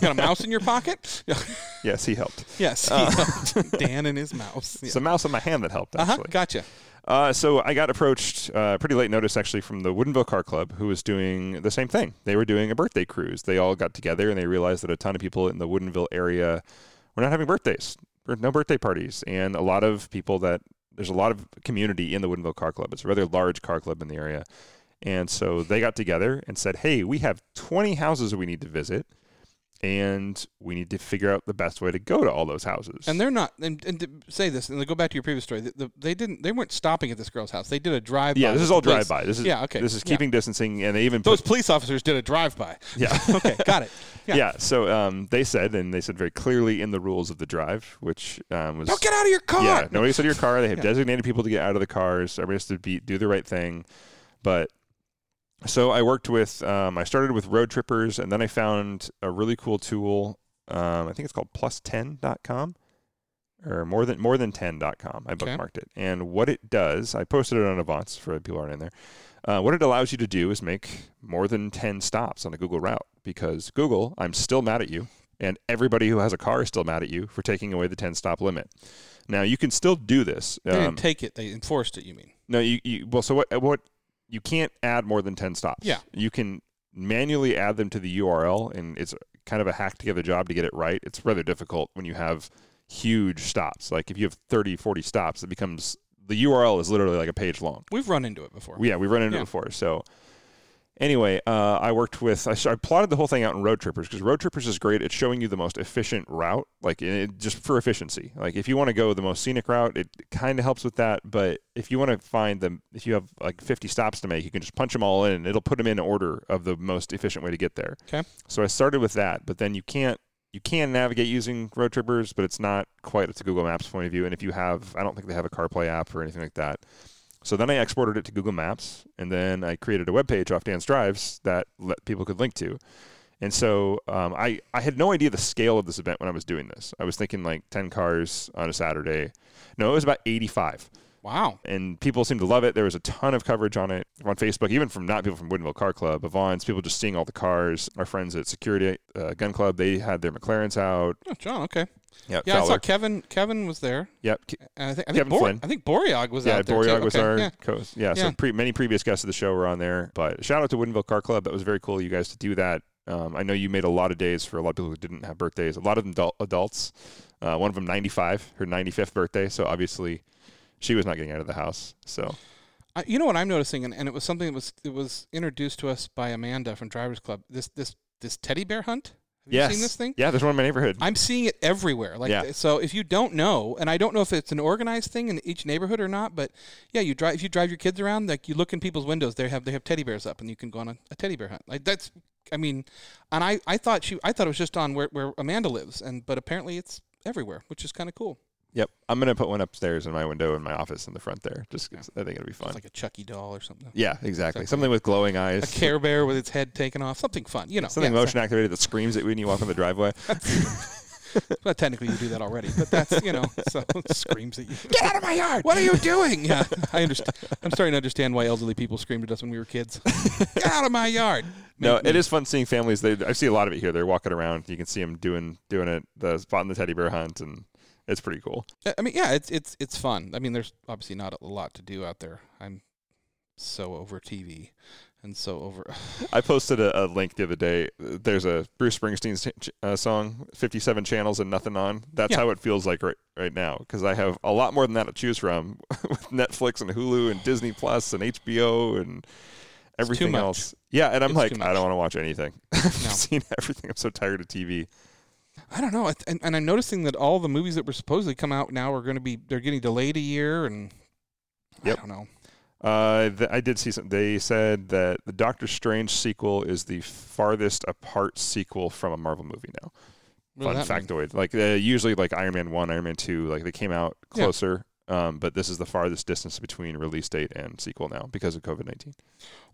[SPEAKER 2] got a mouse in your pocket.
[SPEAKER 1] yes, he helped.
[SPEAKER 2] yes,
[SPEAKER 1] Uh.
[SPEAKER 2] he got Dan and his mouse. Yeah.
[SPEAKER 1] It's a mouse in my hand that helped
[SPEAKER 2] Uh huh.
[SPEAKER 1] actually.
[SPEAKER 2] Gotcha.
[SPEAKER 1] Uh, so I got approached uh, pretty late notice actually from the Woodenville Car Club, who was doing the same thing. They were doing a birthday cruise. They all got together and they realized that a ton of people in the Woodenville area were not having birthdays, or no birthday parties, and a lot of people that there's a lot of community in the Woodenville Car Club. It's a rather large car club in the area, and so they got together and said, "Hey, we have 20 houses we need to visit." And we need to figure out the best way to go to all those houses.
[SPEAKER 2] And they're not. And, and to say this, and to go back to your previous story, the, the, they didn't. They weren't stopping at this girl's house. They did a drive.
[SPEAKER 1] Yeah, this is all drive by. This is
[SPEAKER 2] Yeah, okay.
[SPEAKER 1] This is
[SPEAKER 2] Yeah.
[SPEAKER 1] keeping distancing, and they even
[SPEAKER 2] Those
[SPEAKER 1] put,
[SPEAKER 2] police officers did a drive by.
[SPEAKER 1] yeah.
[SPEAKER 2] okay, got it.
[SPEAKER 1] yeah So um, they said, and they said very clearly in the rules of the drive, which um, was
[SPEAKER 2] Don't get out of your car.
[SPEAKER 1] yeah. Nobody said your car. They have designated people to get out of the cars. Everybody has to be, do the right thing. But so I worked with. Um, I started with road trippers, and then I found a really cool tool. Um, I think it's called plus10.com or more than more than 10.com. I
[SPEAKER 2] Okay.
[SPEAKER 1] bookmarked it. And what it does, I posted it on Avance for the people who aren't in there. Uh, what it allows you to do is make more than 10 stops on a Google route because Google, I'm still mad at you, and everybody who has a car is still mad at you for taking away the 10 stop limit. Now, you can still do this.
[SPEAKER 2] They
[SPEAKER 1] Um,
[SPEAKER 2] didn't take it. They enforced it. You mean?
[SPEAKER 1] no, you, you well, so what, what you can't add more than 10 stops.
[SPEAKER 2] Yeah.
[SPEAKER 1] You can manually add them to the URL, and it's kind of a hack together job to get it right. It's rather difficult when you have huge stops. Like if you have 30, 40 stops, it becomes the URL is literally like a page long.
[SPEAKER 2] We've run into it before.
[SPEAKER 1] Yeah, we've run into
[SPEAKER 2] Yeah.
[SPEAKER 1] it before. So anyway, uh, I worked with I, s- I plotted the whole thing out in Road Trippers because Road Trippers is great. It's showing you the most efficient route, like and it, just for efficiency. Like if you want to go the most scenic route, it kind of helps with that. But if you want to find them, if you have like 50 stops to make, you can just punch them all in, and it'll put them in order of the most efficient way to get there.
[SPEAKER 2] Okay.
[SPEAKER 1] So I started with that, but then you can't. You can navigate using Road Trippers, but it's not quite at the Google Maps point of view. And if you have, I don't think they have a CarPlay app or anything like that. So then I exported it to Google Maps, and then I created a web page off Dan's Drives that let people could link to. And so um, I, I had no idea the scale of this event when I was doing this. I was thinking like 10 cars on a Saturday. No, it was about 85
[SPEAKER 2] Wow.
[SPEAKER 1] and people seemed to love it. There was a ton of coverage on it on Facebook, even from not people from Woodinville Car Club, Avon's, people just seeing all the cars. Our friends at Security uh, Gun Club, they had their McLarens out.
[SPEAKER 2] Oh, John. Okay.
[SPEAKER 1] Yep,
[SPEAKER 2] Yeah, I saw
[SPEAKER 1] Fowler.
[SPEAKER 2] Kevin. Kevin was there,
[SPEAKER 1] Yep, K-
[SPEAKER 2] and I think I think,
[SPEAKER 1] Kevin
[SPEAKER 2] Bor-
[SPEAKER 1] Flynn.
[SPEAKER 2] I think Boryog was
[SPEAKER 1] yeah,
[SPEAKER 2] out there.
[SPEAKER 1] Boryog
[SPEAKER 2] too.
[SPEAKER 1] was
[SPEAKER 2] Okay,
[SPEAKER 1] our
[SPEAKER 2] yeah.
[SPEAKER 1] host. Yeah,
[SPEAKER 2] Yeah.
[SPEAKER 1] so pre- many previous guests of the show were on there. But shout out to Woodinville Car Club. That was very cool of you guys to do that. Um, I know you made a lot of days for a lot of people who didn't have birthdays. A lot of them adult, adults. Uh, one of them 95, her 95th birthday. So obviously, she was not getting out of the house. So
[SPEAKER 2] I, you know what I'm noticing, and, and it was something that was it was introduced to us by Amanda from Drivers Club. This this this teddy bear hunt. Have
[SPEAKER 1] yes,
[SPEAKER 2] you seen this thing?
[SPEAKER 1] yeah, there's one in my neighborhood.
[SPEAKER 2] I'm seeing it everywhere. Like
[SPEAKER 1] Yeah.
[SPEAKER 2] so if you don't know, and I don't know if it's an organized thing in each neighborhood or not, but yeah, you drive if you drive your kids around, like you look in people's windows, they have they have teddy bears up and you can go on a, a teddy bear hunt. Like that's I mean and I, I thought she I thought it was just on where, where Amanda lives and but apparently it's everywhere, which is kinda cool.
[SPEAKER 1] Yep, I'm gonna put one upstairs in my window in my office in the front there. Just 'cause I think it'll be fun.
[SPEAKER 2] It's like a Chucky doll or something.
[SPEAKER 1] yeah, exactly.
[SPEAKER 2] Exactly.
[SPEAKER 1] Something with glowing
[SPEAKER 2] A
[SPEAKER 1] eyes.
[SPEAKER 2] care bear with its head taken off. Something fun. You know.
[SPEAKER 1] Something
[SPEAKER 2] yeah,
[SPEAKER 1] motion activated that screams at you when you walk on the driveway.
[SPEAKER 2] Well, technically, you do that already, but that's you know, so it screams at you. Get out of
[SPEAKER 1] my yard!
[SPEAKER 2] What are you doing? Yeah, I understand. I'm starting to understand why elderly people screamed at us when we were kids. Get out of my yard!
[SPEAKER 1] No, it is fun seeing families. They, I see a lot of it here. They're walking around. You can see them doing doing it. The spot in the teddy bear hunt, and it's pretty cool.
[SPEAKER 2] Uh, I- I mean, yeah, it's it's it's fun. I mean, there's obviously not a lot to do out there. I'm so over TV, and so over.
[SPEAKER 1] I posted a, a link the other day. There's a Bruce Springsteen's ch- uh, song, 57 channels and nothing on. That's
[SPEAKER 2] Yeah.
[SPEAKER 1] how it feels like right right now because I have a lot more than that to choose from with Netflix and Hulu and Disney Plus and HBO and everything
[SPEAKER 2] much.
[SPEAKER 1] else. Yeah, and I'm
[SPEAKER 2] It's
[SPEAKER 1] like,
[SPEAKER 2] too
[SPEAKER 1] I
[SPEAKER 2] much.
[SPEAKER 1] don't want to watch anything. I've seen everything. I'm so tired of TV.
[SPEAKER 2] I don't know, I th- and, and I'm noticing that all the movies that were supposedly come out now are going to be they're getting delayed a year, and
[SPEAKER 1] Yep.
[SPEAKER 2] I don't know.
[SPEAKER 1] Uh, th- I did see some. They said that the Doctor Strange sequel is the farthest apart sequel from a Marvel movie now.
[SPEAKER 2] What
[SPEAKER 1] fun
[SPEAKER 2] does that mean?
[SPEAKER 1] factoid. Like uh, usually, like Iron Man one, Iron Man two, like they came out
[SPEAKER 2] Yeah.
[SPEAKER 1] closer. Um, but this is the farthest distance between release date and sequel now because of COVID nineteen.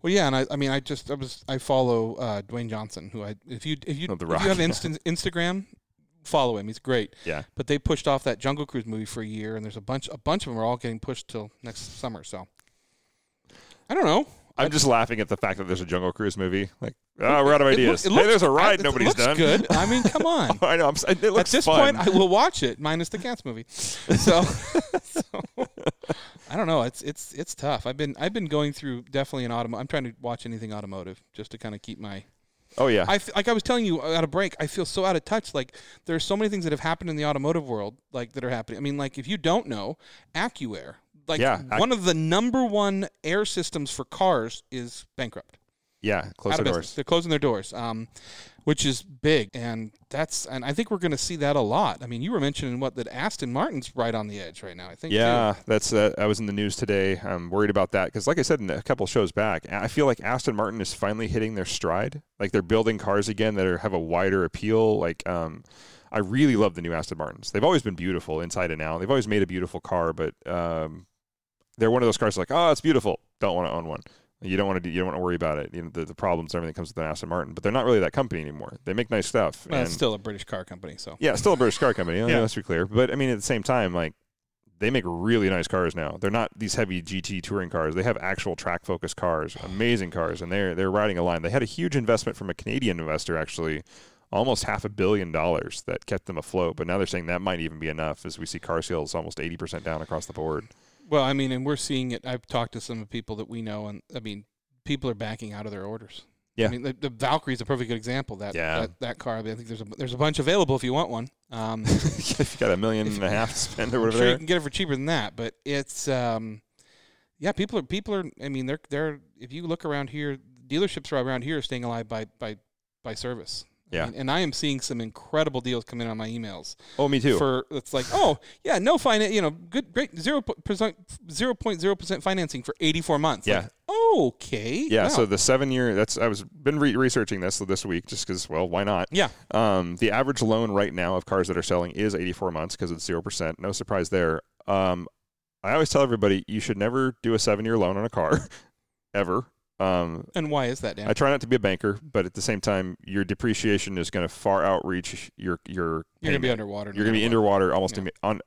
[SPEAKER 2] Well, yeah, and I, I mean, I just I was I follow uh, Dwayne Johnson, who I if you if you
[SPEAKER 1] Oh, The
[SPEAKER 2] if
[SPEAKER 1] Rock,
[SPEAKER 2] you have
[SPEAKER 1] yeah.
[SPEAKER 2] instant Instagram, follow him. He's great.
[SPEAKER 1] Yeah.
[SPEAKER 2] But they pushed off that Jungle Cruise movie for a year, and there's a bunch a bunch of them are all getting pushed till next summer. So I don't know.
[SPEAKER 1] I'm just laughing at the fact that there's a Jungle Cruise movie. Like, oh, we're out of
[SPEAKER 2] It
[SPEAKER 1] ideas.
[SPEAKER 2] loo- it
[SPEAKER 1] hey, there's a ride
[SPEAKER 2] I- it
[SPEAKER 1] nobody's
[SPEAKER 2] looks
[SPEAKER 1] done.
[SPEAKER 2] Good. I mean, come on.
[SPEAKER 1] I know. I'm, s- it
[SPEAKER 2] At
[SPEAKER 1] looks
[SPEAKER 2] this
[SPEAKER 1] fun.
[SPEAKER 2] point, I will watch it, minus the Cats movie. So, so, I don't know. It's it's it's tough. I've been I've been going through definitely an automotive. I'm trying to watch anything automotive just to kind of keep my
[SPEAKER 1] oh yeah.
[SPEAKER 2] I f- like I was telling you at a break, I feel so out of touch. Like there are so many things that have happened in the automotive world, like that are happening. I mean, like if you don't know, AccuAir, like
[SPEAKER 1] Yeah, Ac-
[SPEAKER 2] one of the number one air systems for cars is bankrupt.
[SPEAKER 1] yeah. Close
[SPEAKER 2] Out
[SPEAKER 1] the
[SPEAKER 2] of business.
[SPEAKER 1] doors.
[SPEAKER 2] They're closing their doors, um, which is big, and that's and I think we're going to see that a lot. I mean, you were mentioning what that Aston Martin's right on the edge right now. I think. too.
[SPEAKER 1] Yeah, that's uh, I was in the news today. I'm worried about that because, like I said in a couple shows back, I feel like Aston Martin is finally hitting their stride. Like they're building cars again that are, have a wider appeal. Like, um, I really love the new Aston Martins. They've always been beautiful inside and out. They've always made a beautiful car, but um, they're one of those cars like, oh, it's beautiful. Don't want to own one. You don't want to. Do, you don't want to worry about it. You know the, the problems and everything that comes with an Aston Martin. But they're not really that company anymore. They make nice stuff.
[SPEAKER 2] Well,
[SPEAKER 1] and-
[SPEAKER 2] it's still a British car company, so
[SPEAKER 1] yeah, it's still a British car company.
[SPEAKER 2] Yeah.
[SPEAKER 1] Let's be clear. But I mean, at the same time, like they make really nice cars now. They're not these heavy GT touring cars. They have actual track focused cars, amazing cars, and they're they're riding a line. They had a huge investment from a Canadian investor actually, almost half a billion dollars that kept them afloat. But now they're saying that might even be enough as we see car sales almost eighty percent down across the board.
[SPEAKER 2] Well, I mean, and we're seeing it. I've talked to some people that we know, and I mean, people are backing out of their orders.
[SPEAKER 1] Yeah.
[SPEAKER 2] I mean, the, the Valkyrie is a perfect good example. Of that,
[SPEAKER 1] Yeah.
[SPEAKER 2] that that car. I, mean, I think there's a there's a bunch available if you want one. Um,
[SPEAKER 1] if you got a million and a half to spend or
[SPEAKER 2] I'm
[SPEAKER 1] whatever.
[SPEAKER 2] sure
[SPEAKER 1] they
[SPEAKER 2] you
[SPEAKER 1] are.
[SPEAKER 2] can get it for cheaper than that, but it's um, yeah, people are people are. I mean, they're they're. If you look around here, dealerships are around here are staying alive by by by service. I
[SPEAKER 1] Yeah.
[SPEAKER 2] mean, and I am seeing some incredible deals come in on my emails
[SPEAKER 1] Oh, me too.
[SPEAKER 2] for it's like oh yeah no finance you know good great zero percent zero point zero percent financing for eighty four months
[SPEAKER 1] Yeah.
[SPEAKER 2] Like, okay
[SPEAKER 1] yeah,
[SPEAKER 2] wow.
[SPEAKER 1] so the seven year that's I was been re- researching this this week just because well why not
[SPEAKER 2] yeah
[SPEAKER 1] Um, the average loan right now of cars that are selling is 84 months because it's 0%. No surprise there. Um, I always tell everybody you should never do a seven year loan on a car, ever. Um,
[SPEAKER 2] and why is that Dan
[SPEAKER 1] I try not to be a banker, but at the same time, your depreciation is going to far outreach your your.
[SPEAKER 2] you're gonna be
[SPEAKER 1] payment.
[SPEAKER 2] underwater no
[SPEAKER 1] You're going to be
[SPEAKER 2] matter what.
[SPEAKER 1] underwater almost
[SPEAKER 2] Yeah.
[SPEAKER 1] imme- on.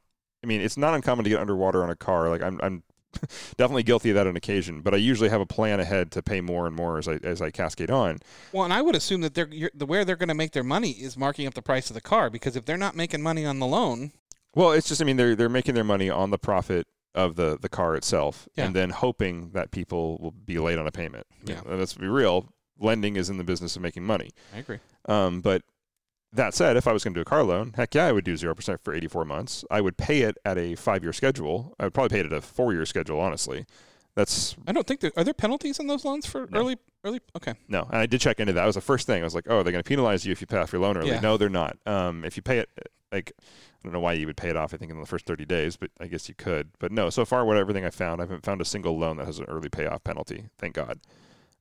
[SPEAKER 1] I mean, it's not uncommon to get underwater on a car. Like I'm, I'm definitely guilty of that on occasion, but I usually have a plan ahead to pay more and more as I as I cascade on.
[SPEAKER 2] well and I would assume that they're you're, the where they're gonna make their money is marking up the price of the car because if they're not making money on the loan
[SPEAKER 1] Well, it's just I mean they're they're making their money on the profit of the the car itself,
[SPEAKER 2] Yeah.
[SPEAKER 1] and then hoping that people will be late on a payment.
[SPEAKER 2] Yeah.
[SPEAKER 1] And let's be real. Lending is in the business of making money.
[SPEAKER 2] I agree
[SPEAKER 1] Um, but that said, if I was going to do a car loan, heck yeah, I would do zero percent for eighty four months. I would pay it at a five year schedule. I would probably pay it at a four year schedule. Honestly, that's
[SPEAKER 2] I don't think there are there penalties on those loans for
[SPEAKER 1] No.
[SPEAKER 2] early early okay
[SPEAKER 1] No, and I did check into that. That was the first thing. I was like, oh, they're going to penalize you if you pay off your loan early.
[SPEAKER 2] Yeah.
[SPEAKER 1] No, they're not. Um, if you pay it, like, I don't know why you would pay it off. I think in the first thirty days, but I guess you could. But no, so far, what everything I found, I haven't found a single loan that has an early payoff penalty. Thank God.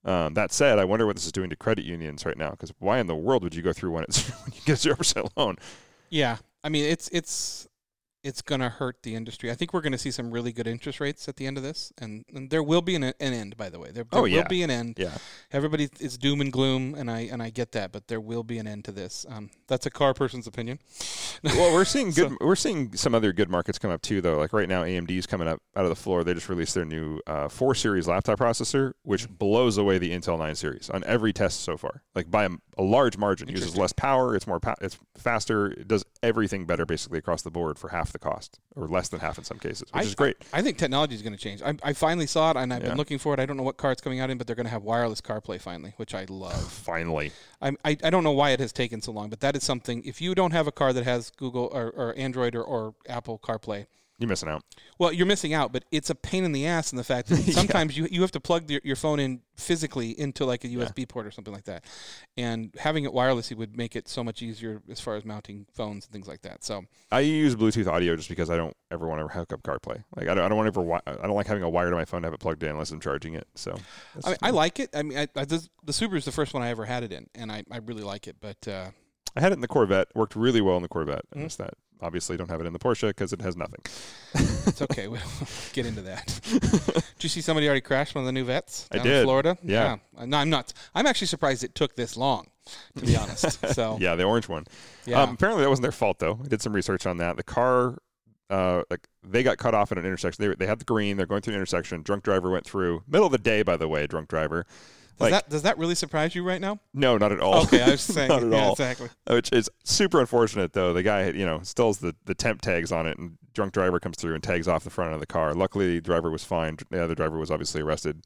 [SPEAKER 1] Um, that said, I wonder what this is doing to credit unions right now. Because why in the world would you go through when it's when you get a zero percent loan?
[SPEAKER 2] yeah I mean it's it's it's gonna hurt the industry I think we're gonna see some really good interest rates at the end of this and, and there will be an, an end by the way there, there
[SPEAKER 1] Oh,
[SPEAKER 2] will
[SPEAKER 1] yeah.
[SPEAKER 2] be an end
[SPEAKER 1] Yeah,
[SPEAKER 2] everybody is doom and gloom and i and i get that but there will be an end to this um, that's a car person's opinion
[SPEAKER 1] well, we're seeing good. we're seeing some other good markets come up too, though. Like right now, AMD's coming up out of the floor. They just released their new uh, four series laptop processor, which
[SPEAKER 2] Mm-hmm.
[SPEAKER 1] blows away the Intel nine series on every test so far, like by a, a large margin. It uses
[SPEAKER 2] Interesting.
[SPEAKER 1] less power. It's more. Pa- it's faster. It does everything better, basically across the board for half the cost, or less than half in some cases, which
[SPEAKER 2] I-
[SPEAKER 1] is great.
[SPEAKER 2] i think technology is going to change I, I finally saw it and i've
[SPEAKER 1] Yeah.
[SPEAKER 2] been looking for it i don't know what car it's coming out in but they're going to have wireless carplay finally which i love
[SPEAKER 1] Finally,
[SPEAKER 2] I, I i don't know why it has taken so long but that is something if you don't have a car that has google or, or android or, or apple carplay
[SPEAKER 1] you're missing out.
[SPEAKER 2] well, you're missing out, but it's a pain in the ass in the fact that sometimes you, you have to plug your, your phone in physically into like a USB port or something like that. And having it wirelessly would make it so much easier as far as mounting phones and things like that. So,
[SPEAKER 1] I use Bluetooth audio just because I don't ever want to hook up CarPlay. Like I don't, I don't want ever. Wi- I don't like having a wire to my phone to have it plugged in unless I'm charging it. So
[SPEAKER 2] I, mean, I like it. I mean, I, I, this, the Subaru is the first one I ever had it in, and I, I really like it. But uh,
[SPEAKER 1] I had it in the Corvette. Worked really well in the Corvette.
[SPEAKER 2] Mm-hmm.
[SPEAKER 1] I missed that. Obviously, don't have it in the Porsche because it has nothing.
[SPEAKER 2] it's okay. we'll get into that. Did you see somebody already crashed one of the new vets
[SPEAKER 1] I
[SPEAKER 2] down
[SPEAKER 1] did.
[SPEAKER 2] in Florida? Uh,
[SPEAKER 1] Yeah.
[SPEAKER 2] No, I'm not. I'm actually surprised it took this long, to be honest. So,
[SPEAKER 1] Yeah, the orange one.
[SPEAKER 2] Oh. yeah.
[SPEAKER 1] Um, apparently, that wasn't their fault though. I did some research on that. The car, uh, like they got cut off at an intersection. They were, they had the green. They're going through an intersection. Drunk driver went through. Middle of the day, by the way. Drunk driver.
[SPEAKER 2] does,
[SPEAKER 1] like-
[SPEAKER 2] that, does that really surprise you right now?
[SPEAKER 1] No, not at all.
[SPEAKER 2] Okay, I was saying.
[SPEAKER 1] Not at
[SPEAKER 2] yeah,
[SPEAKER 1] all.
[SPEAKER 2] exactly.
[SPEAKER 1] Which is super unfortunate though. The guy, you know, stills the the temp tags on it, and drunk driver comes through and tags off the front of the car. Luckily, the driver was fine. The other driver was obviously arrested.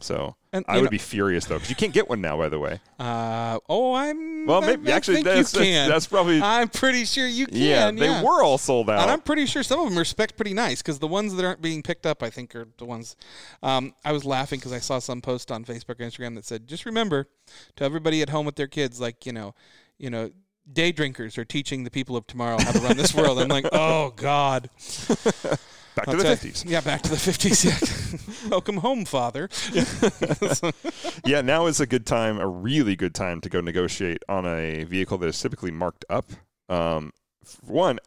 [SPEAKER 1] So
[SPEAKER 2] And
[SPEAKER 1] I
[SPEAKER 2] you
[SPEAKER 1] would
[SPEAKER 2] know-
[SPEAKER 1] be furious though, because you can't get one now. By the way.
[SPEAKER 2] Uh, oh, I'm.
[SPEAKER 1] Well,
[SPEAKER 2] I-
[SPEAKER 1] maybe
[SPEAKER 2] I
[SPEAKER 1] actually
[SPEAKER 2] think
[SPEAKER 1] that's,
[SPEAKER 2] you
[SPEAKER 1] that's-
[SPEAKER 2] can.
[SPEAKER 1] that's probably
[SPEAKER 2] I'm pretty sure you can.
[SPEAKER 1] yeah,
[SPEAKER 2] Yeah,
[SPEAKER 1] They were all sold out.
[SPEAKER 2] And I'm pretty sure some of them are spec pretty nice because the ones that aren't being picked up, I think, are the ones. Um, I was laughing because I saw some post on Facebook and Instagram that said, "Just remember, to everybody at home with their kids, like you know, you know, day drinkers are teaching the people of tomorrow how to run this world." I'm like, "Oh God."
[SPEAKER 1] Back to
[SPEAKER 2] I'll
[SPEAKER 1] the
[SPEAKER 2] tell-
[SPEAKER 1] fifties.
[SPEAKER 2] Yeah, back to the 50s. Yeah. Welcome home, father.
[SPEAKER 1] yeah, now is a good time, a really good time to go negotiate on a vehicle that is typically marked up. Um, f- one,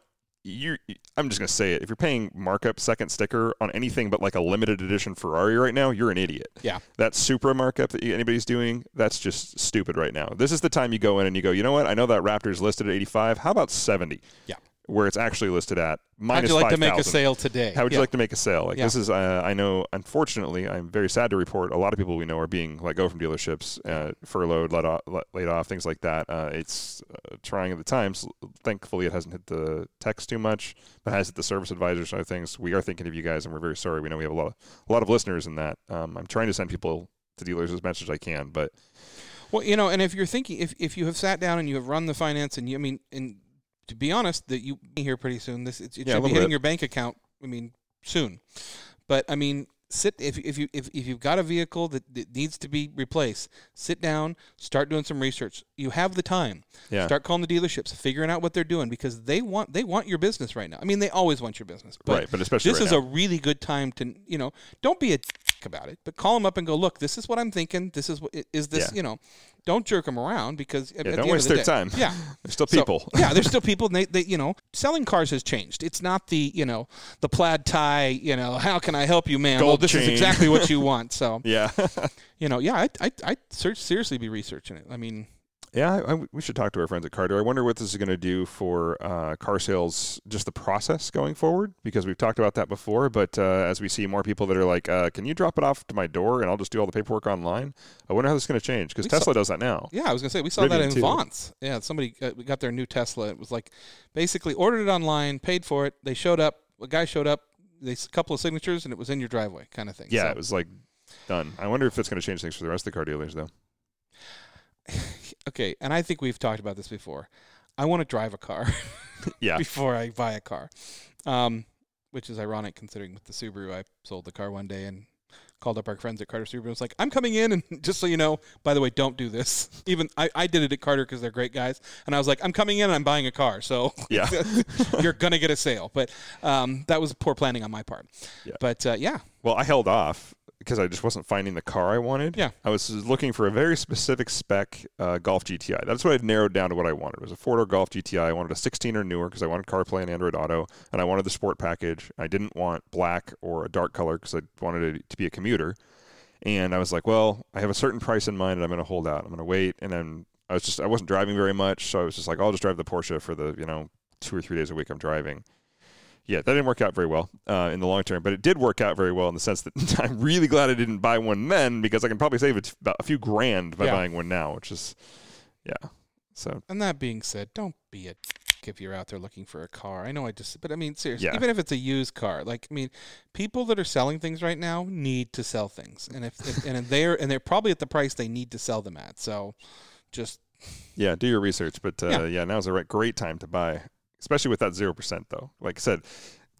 [SPEAKER 1] you I'm just gonna say it. If you're paying markup second sticker on anything but like a limited edition Ferrari right now, you're an idiot.
[SPEAKER 2] Yeah.
[SPEAKER 1] That Supra markup that anybody's doing, that's just stupid right now. This is the time you go in and you go, you know what? I know that Raptor's listed at 85. How about 70?
[SPEAKER 2] Yeah.
[SPEAKER 1] where it's actually listed at
[SPEAKER 2] How'd
[SPEAKER 1] minus
[SPEAKER 2] you like to
[SPEAKER 1] five
[SPEAKER 2] make a
[SPEAKER 1] thousand.
[SPEAKER 2] sale today?
[SPEAKER 1] How would you
[SPEAKER 2] Yeah.
[SPEAKER 1] like to make a sale? Like
[SPEAKER 2] Yeah.
[SPEAKER 1] this is, uh, I know. Unfortunately, I'm very sad to report a lot of people we know are being let go from dealerships, uh, furloughed, let off, let, laid off, things like that. Uh, it's uh, trying at the times. Thankfully, it hasn't hit the text too much, but has hit the service advisor side of things. We are thinking of you guys, and we're very sorry. We know we have a lot of a lot of listeners in that. Um, I'm trying to send people to dealers as much as I can, but
[SPEAKER 2] Well, you know, and if you're thinking, if, if you have sat down and you have run the finance, and you, I mean, and to be honest, that you be here pretty soon. This it, it
[SPEAKER 1] Yeah, a
[SPEAKER 2] should
[SPEAKER 1] little
[SPEAKER 2] be hitting
[SPEAKER 1] bit.
[SPEAKER 2] your bank account. I mean, soon. But I mean, sit if if you if, if you've got a vehicle that, that needs to be replaced, sit down, start doing some research. You have the time.
[SPEAKER 1] yeah,
[SPEAKER 2] Start calling the dealerships, figuring out what they're doing because they want they want your business right now. I mean, they always want your business. But
[SPEAKER 1] right. But especially
[SPEAKER 2] this
[SPEAKER 1] right
[SPEAKER 2] is
[SPEAKER 1] now.
[SPEAKER 2] a really good time to you know don't be a dick about it but call them up and go look this is what i'm thinking this is what is this
[SPEAKER 1] Yeah.
[SPEAKER 2] you know don't jerk them around because at- at
[SPEAKER 1] yeah,
[SPEAKER 2] the
[SPEAKER 1] don't
[SPEAKER 2] end
[SPEAKER 1] waste
[SPEAKER 2] of the
[SPEAKER 1] their
[SPEAKER 2] day-
[SPEAKER 1] time.
[SPEAKER 2] yeah
[SPEAKER 1] There's still
[SPEAKER 2] So,
[SPEAKER 1] people.
[SPEAKER 2] yeah there's still people and they, they you know selling cars has changed it's not the you know the plaid tie you know how can i help you man well
[SPEAKER 1] Gold
[SPEAKER 2] this is
[SPEAKER 1] chain.
[SPEAKER 2] exactly what you want so
[SPEAKER 1] yeah.
[SPEAKER 2] you know yeah i i i seriously be researching it i mean
[SPEAKER 1] Yeah, I, I- we should talk to our friends at Carter. I wonder what this is going to do for uh, car sales, just the process going forward, because we've talked about that before. But uh, as we see more people that are like, uh, "Can you drop it off to my door, and I'll just do all the paperwork online?" I wonder how this is going to change because
[SPEAKER 2] We saw-
[SPEAKER 1] Tesla does that now.
[SPEAKER 2] Yeah, I was gonna say we saw
[SPEAKER 1] Rivian,
[SPEAKER 2] that
[SPEAKER 1] too.
[SPEAKER 2] in Vance. Yeah, somebody uh, we got their new Tesla. It was like basically ordered it online, paid for it. They showed up. A guy showed up. They s- a couple of signatures, and it was in your driveway, kind of thing.
[SPEAKER 1] Yeah,
[SPEAKER 2] So,
[SPEAKER 1] it was like done. I wonder if it's going to change things for the rest of the car dealers, though.
[SPEAKER 2] okay, and I think we've talked about this before. I want to drive a car
[SPEAKER 1] Yeah,
[SPEAKER 2] before I buy a car, um, which is ironic considering with the Subaru, I sold the car one day and called up our friends at Carter Subaru. and was like, I'm coming in, and just so you know, by the way, don't do this. Even I, I did it at Carter because they're great guys, and I was like, I'm coming in, and I'm buying a car, so.
[SPEAKER 1] yeah,
[SPEAKER 2] you're gonna get a sale. But um, that was poor planning on my part.
[SPEAKER 1] Yeah.
[SPEAKER 2] But uh, yeah,
[SPEAKER 1] Well, I held off because I just wasn't finding the car I wanted.
[SPEAKER 2] Yeah.
[SPEAKER 1] I was looking for a very specific spec uh, Golf GTI. That's what I'd narrowed down to what I wanted. It was a four-door Golf GTI. I wanted a 16 or newer because I wanted CarPlay and Android Auto, and I wanted the sport package. I didn't want black or a dark color because I wanted it to be a commuter. And I was like, well, I have a certain price in mind, and I'm going to hold out. I'm going to wait. And then I was just I wasn't driving very much, so I was just like, I'll just drive the Porsche for the you know two or three days a week I'm driving. Yeah, that didn't work out very well uh, in the long term, but it did work out very well in the sense that I'm really glad I didn't buy one then because I can probably save a t- about a few grand by
[SPEAKER 2] Yeah.
[SPEAKER 1] buying one now, which is, yeah. So
[SPEAKER 2] and that being said, don't be a dick if you're out there looking for a car. I know I just, but I mean seriously,
[SPEAKER 1] Yeah.
[SPEAKER 2] even if it's a used car, like I mean, people that are selling things right now need to sell things, and if, if and they're and they're probably at the price they need to sell them at. So just
[SPEAKER 1] yeah, do your research, but uh, yeah.
[SPEAKER 2] Yeah.
[SPEAKER 1] now's a re- great time to buy, especially with that zero percent though. Like I said,